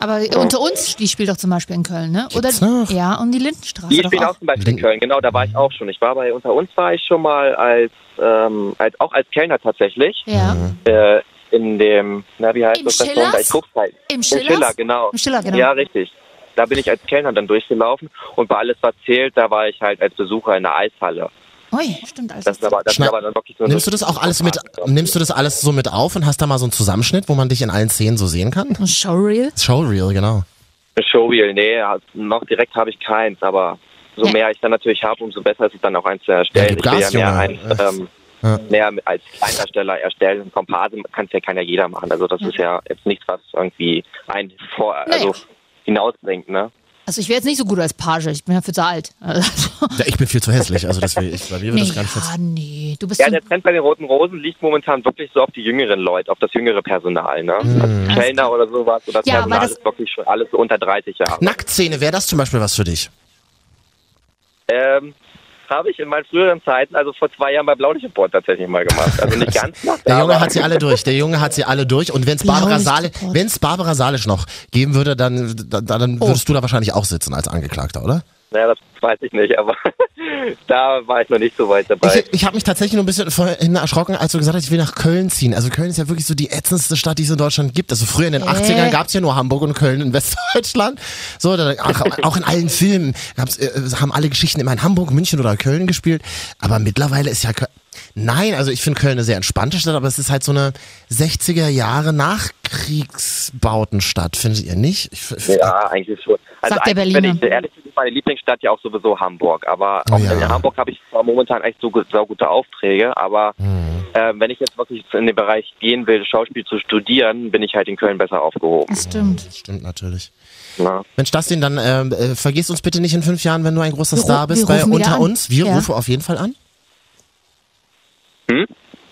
Speaker 3: Aber unter uns, die spielt doch zum Beispiel in Köln, ne? Oder
Speaker 1: Gibt's noch?
Speaker 3: ja, und die Lindenstraße.
Speaker 6: Die
Speaker 3: doch
Speaker 6: spielen
Speaker 3: auch.
Speaker 6: auch zum Beispiel in
Speaker 1: Link-
Speaker 6: Köln, genau, da war ich auch schon. Ich war bei unter uns war ich schon mal als, ähm, als auch als Kellner tatsächlich.
Speaker 3: Ja.
Speaker 6: Äh, in dem, na wie heißt
Speaker 3: Im
Speaker 6: das
Speaker 3: Schillers?
Speaker 6: Restaurant? Ich guck's halt.
Speaker 3: Im
Speaker 6: Im
Speaker 3: Schiller?
Speaker 6: Schiller, genau.
Speaker 3: Im Schiller, genau.
Speaker 6: Ja, richtig. Da bin ich als Kellner dann durchgelaufen und bei alles was zählt, da war ich halt als Besucher in der Eishalle.
Speaker 3: Ui, stimmt alles.
Speaker 6: Das ist aber, das ist
Speaker 1: Schneid-
Speaker 6: aber dann wirklich so
Speaker 1: Nimmst du das auch alles mit, nimmst du das alles so mit auf und hast da mal so einen Zusammenschnitt, wo man dich in allen Szenen so sehen kann?
Speaker 3: Ein Showreel?
Speaker 1: Showreel, genau.
Speaker 6: Showreel, nee, noch direkt habe ich keins, aber so
Speaker 3: Ja.
Speaker 6: mehr ich dann natürlich habe, umso besser ist es dann auch eins zu erstellen.
Speaker 1: gib
Speaker 6: ich will
Speaker 1: Gas,
Speaker 6: ja mehr eins,
Speaker 1: Junge.
Speaker 6: ähm,
Speaker 1: äh, Ja.
Speaker 6: mehr als Kleindarsteller erstellen. Komparsen kann ja keiner jeder machen. Also das
Speaker 3: Mhm.
Speaker 6: ist ja jetzt nichts, was irgendwie ein vor, also
Speaker 3: Naja.
Speaker 6: hinausbringt, ne?
Speaker 3: Also ich wäre jetzt nicht so gut als Page, ich bin dafür zu alt. Also,
Speaker 1: Ja, ich bin viel zu hässlich, also deswegen, ich, bei mir wird
Speaker 3: nee,
Speaker 1: das gar nicht jetzt.
Speaker 3: ja, nee, du bist
Speaker 6: Ja,
Speaker 3: so,
Speaker 6: der Trend bei den Roten Rosen liegt momentan wirklich so auf die jüngeren Leute, auf das jüngere Personal, ne?
Speaker 1: Mhm.
Speaker 6: Also Kellner oder sowas oder das
Speaker 3: Ja, aber
Speaker 6: Personal
Speaker 3: das-
Speaker 6: ist wirklich schon alles so unter 30 Jahre.
Speaker 1: Nacktszene, wäre das zum Beispiel was für dich?
Speaker 6: Ähm, habe ich in meinen früheren Zeiten, also vor zwei Jahren bei Blaulichteport tatsächlich mal gemacht. Also nicht ganz nackt,
Speaker 1: Der Junge
Speaker 6: aber-
Speaker 1: hat sie alle durch, der Junge hat sie alle durch und wenn's
Speaker 3: Ja,
Speaker 1: Barbara
Speaker 3: nicht
Speaker 1: Salisch,
Speaker 3: kaputt. Oh.
Speaker 1: wenn's Barbara Salisch noch geben würde, dann, dann, dann würdest du da wahrscheinlich auch sitzen als Angeklagter, oder?
Speaker 6: Naja, das weiß ich nicht, aber da war ich noch nicht so weit dabei.
Speaker 1: Ich, ich habe mich tatsächlich nur ein bisschen vorhin erschrocken, als du gesagt hast, ich will nach Köln ziehen. Also Köln ist ja wirklich so die ätzendste Stadt, die es in Deutschland gibt. Also früher in den 80ern gab's ja nur Hamburg und Köln in Westdeutschland. So, da, auch, auch in allen Filmen gab's, äh, haben alle Geschichten immer in Hamburg, München oder Köln gespielt. Aber mittlerweile ist ja Köln... Nein, also ich finde Köln eine sehr entspannte Stadt, aber es ist halt so eine 60er Jahre Nachkriegsbautenstadt, findet ihr nicht? Ich, f-
Speaker 6: Ja, eigentlich schon. Also
Speaker 3: Sagt der
Speaker 6: eigentlich,
Speaker 3: Berliner.
Speaker 6: Wenn ich ehrlich bin, ist meine Lieblingsstadt ja auch sowieso Hamburg. Aber auch
Speaker 1: Ja.
Speaker 6: in Hamburg habe ich zwar momentan echt so sau gute Aufträge, aber
Speaker 3: Mhm.
Speaker 6: äh, wenn ich jetzt wirklich in den Bereich gehen will, Schauspiel zu studieren, bin ich halt in Köln besser aufgehoben.
Speaker 3: das stimmt.
Speaker 1: Das stimmt natürlich.
Speaker 6: Ne?
Speaker 1: Mensch, Dustin, dann ähm, äh, vergiss uns bitte nicht in fünf Jahren, wenn du ein großer
Speaker 3: Wir
Speaker 1: Star
Speaker 3: ru-
Speaker 1: bist,
Speaker 3: wir
Speaker 1: bei
Speaker 3: rufen wieder
Speaker 1: unter
Speaker 3: an.
Speaker 1: uns. Wir
Speaker 3: Ja.
Speaker 1: rufen auf jeden Fall an.
Speaker 6: Hm?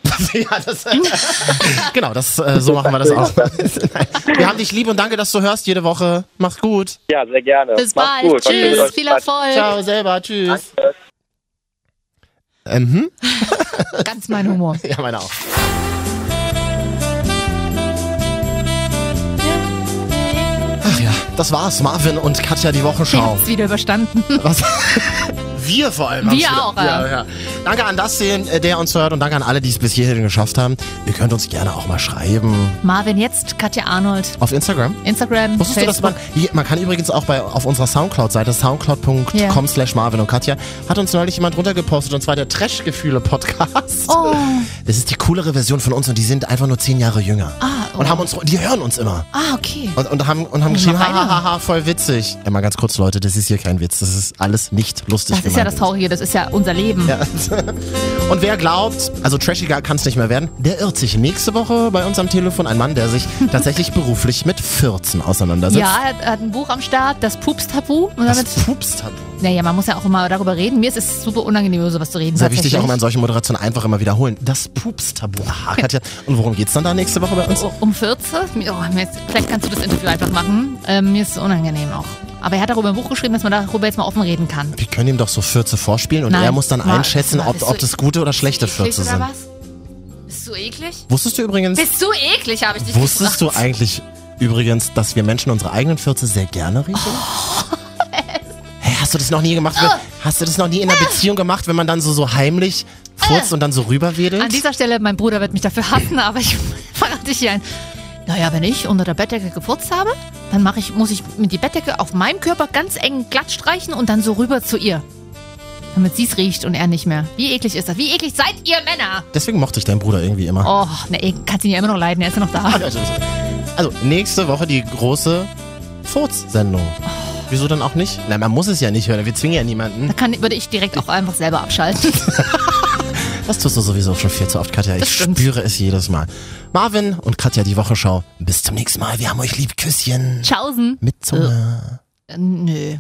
Speaker 1: ja, das, äh, genau, das, äh, so machen wir das auch. Nein. wir haben dich lieb und danke, dass du hörst jede Woche. Mach's gut.
Speaker 6: Ja, sehr gerne.
Speaker 3: Bis
Speaker 6: Macht's
Speaker 3: bald,
Speaker 6: gut. War schön mit
Speaker 3: tschüss,
Speaker 6: euch
Speaker 3: viel
Speaker 6: zu
Speaker 3: Erfolg.
Speaker 1: Ciao, selber, tschüss.
Speaker 6: quatschen.
Speaker 1: Ähm, hm?
Speaker 3: Ganz mein Humor.
Speaker 1: Ja, meine auch. Ach ja, das war's. Marvin und Katja, die
Speaker 3: Ich
Speaker 1: Wochenschau.
Speaker 3: hab's wieder überstanden.
Speaker 1: Was? Wir vor allem.
Speaker 3: Wir
Speaker 1: haben's
Speaker 3: auch,
Speaker 1: wieder-
Speaker 3: ja.
Speaker 1: Ja, ja. Danke an Dustin, äh, der uns hört und danke an alle, die es bis hierhin geschafft haben. Ihr könnt uns gerne auch mal schreiben.
Speaker 3: Marvin jetzt, Katja Arnold,
Speaker 1: Auf Instagram.
Speaker 3: Instagram,
Speaker 1: Wusstest du, dass man,
Speaker 3: Facebook.
Speaker 1: hier, man kann übrigens auch bei, auf unserer Soundcloud-Seite soundcloud.com
Speaker 3: Ja.
Speaker 1: slash Marvin und Katja, hat uns neulich jemand runtergepostet und zwar der Trash-Gefühle-Podcast.
Speaker 3: Oh,
Speaker 1: Das ist die coolere Version von uns und die sind einfach nur zehn Jahre jünger.
Speaker 3: ah,
Speaker 1: und haben uns, die hören uns immer.
Speaker 3: Ah, okay.
Speaker 1: Und, und haben, und haben
Speaker 3: Muss
Speaker 1: geschrieben,
Speaker 3: mal reinhören.
Speaker 1: hahaha, voll witzig. Ja, mal ganz kurz, Leute, das ist hier kein Witz. Das ist alles nicht lustig
Speaker 3: Das ist ja das
Speaker 1: gemeint.
Speaker 3: Traurige, das ist ja unser Leben.
Speaker 1: Ja. Und wer glaubt, also trashiger kann es nicht mehr werden, der irrt sich. Nächste Woche bei uns am Telefon ein Mann, der sich tatsächlich beruflich mit 14 auseinandersetzt.
Speaker 3: Ja, er hat, er hat ein Buch am Start, das Pups-Tabu. Und
Speaker 1: also Das
Speaker 3: damit,
Speaker 1: Pups-Tabu.
Speaker 3: naja, man muss ja auch immer darüber reden. Mir ist es super unangenehm, über sowas zu reden.
Speaker 1: Sehr wichtig, auch immer in
Speaker 3: tatsächlich.
Speaker 1: solchen Moderationen einfach immer wiederholen. Das Pups-Tabu. Ah, Katja. Und worum geht's dann da nächste Woche bei uns?
Speaker 3: Oh, Um 14? Mir- Oh, mir ist, vielleicht kannst du das Interview einfach machen. Ähm, mir ist es unangenehm auch. Aber er hat darüber ein Buch geschrieben, dass man darüber jetzt mal offen reden kann.
Speaker 1: Wir können ihm doch so Fürze vorspielen und
Speaker 3: Nein.
Speaker 1: er muss dann
Speaker 3: Mal-
Speaker 1: einschätzen,
Speaker 3: mal,
Speaker 1: ob,
Speaker 3: bist
Speaker 1: ob
Speaker 3: du-
Speaker 1: das gute oder schlechte Fürze
Speaker 3: Eklig
Speaker 1: sind.
Speaker 3: oder was? Bist du eklig?
Speaker 1: Wusstest du übrigens,
Speaker 3: Bist du eklig, habe ich dich
Speaker 1: wusstest du
Speaker 3: gefragt.
Speaker 1: eigentlich übrigens, dass wir Menschen unsere eigenen Fürze sehr gerne riechen?
Speaker 3: Oh,
Speaker 1: Hä, hast du das noch nie gemacht? Hast du das noch nie in einer
Speaker 3: Äh.
Speaker 1: Beziehung gemacht, wenn man dann so, so heimlich furzt und dann so
Speaker 3: An
Speaker 1: rüberwedelt?
Speaker 3: dieser Stelle, mein Bruder wird mich dafür hassen, aber ich verrate dich hier ein. Naja, wenn ich unter der Bettdecke gefurzt habe, dann mache ich, muss ich mit die Bettdecke auf meinem Körper ganz eng glatt streichen und dann so rüber zu ihr. Damit sie es riecht und er nicht mehr. Wie eklig ist das? Wie eklig seid ihr Männer?
Speaker 1: Deswegen mochte ich deinen Bruder irgendwie immer.
Speaker 3: Oh, ne, ich kann ihn ja immer noch leiden, er ist ja noch da.
Speaker 1: Also, nächste Woche die große Furz-Sendung.
Speaker 3: Oh.
Speaker 1: Wieso dann auch nicht? Nein, man muss es ja nicht hören. Wir zwingen ja
Speaker 3: Da
Speaker 1: niemanden.
Speaker 3: kann, würde ich direkt auch einfach selber abschalten.
Speaker 1: Das tust du sowieso schon viel zu oft, Katja. Ich
Speaker 3: Das stimmt.
Speaker 1: spüre es jedes Mal. Marvin und Katja, die Wochenschau. Bis zum nächsten Mal. Wir haben euch lieb. Küsschen.
Speaker 3: Tschaußen.
Speaker 1: Mit Zunge.
Speaker 3: Äh, Nö.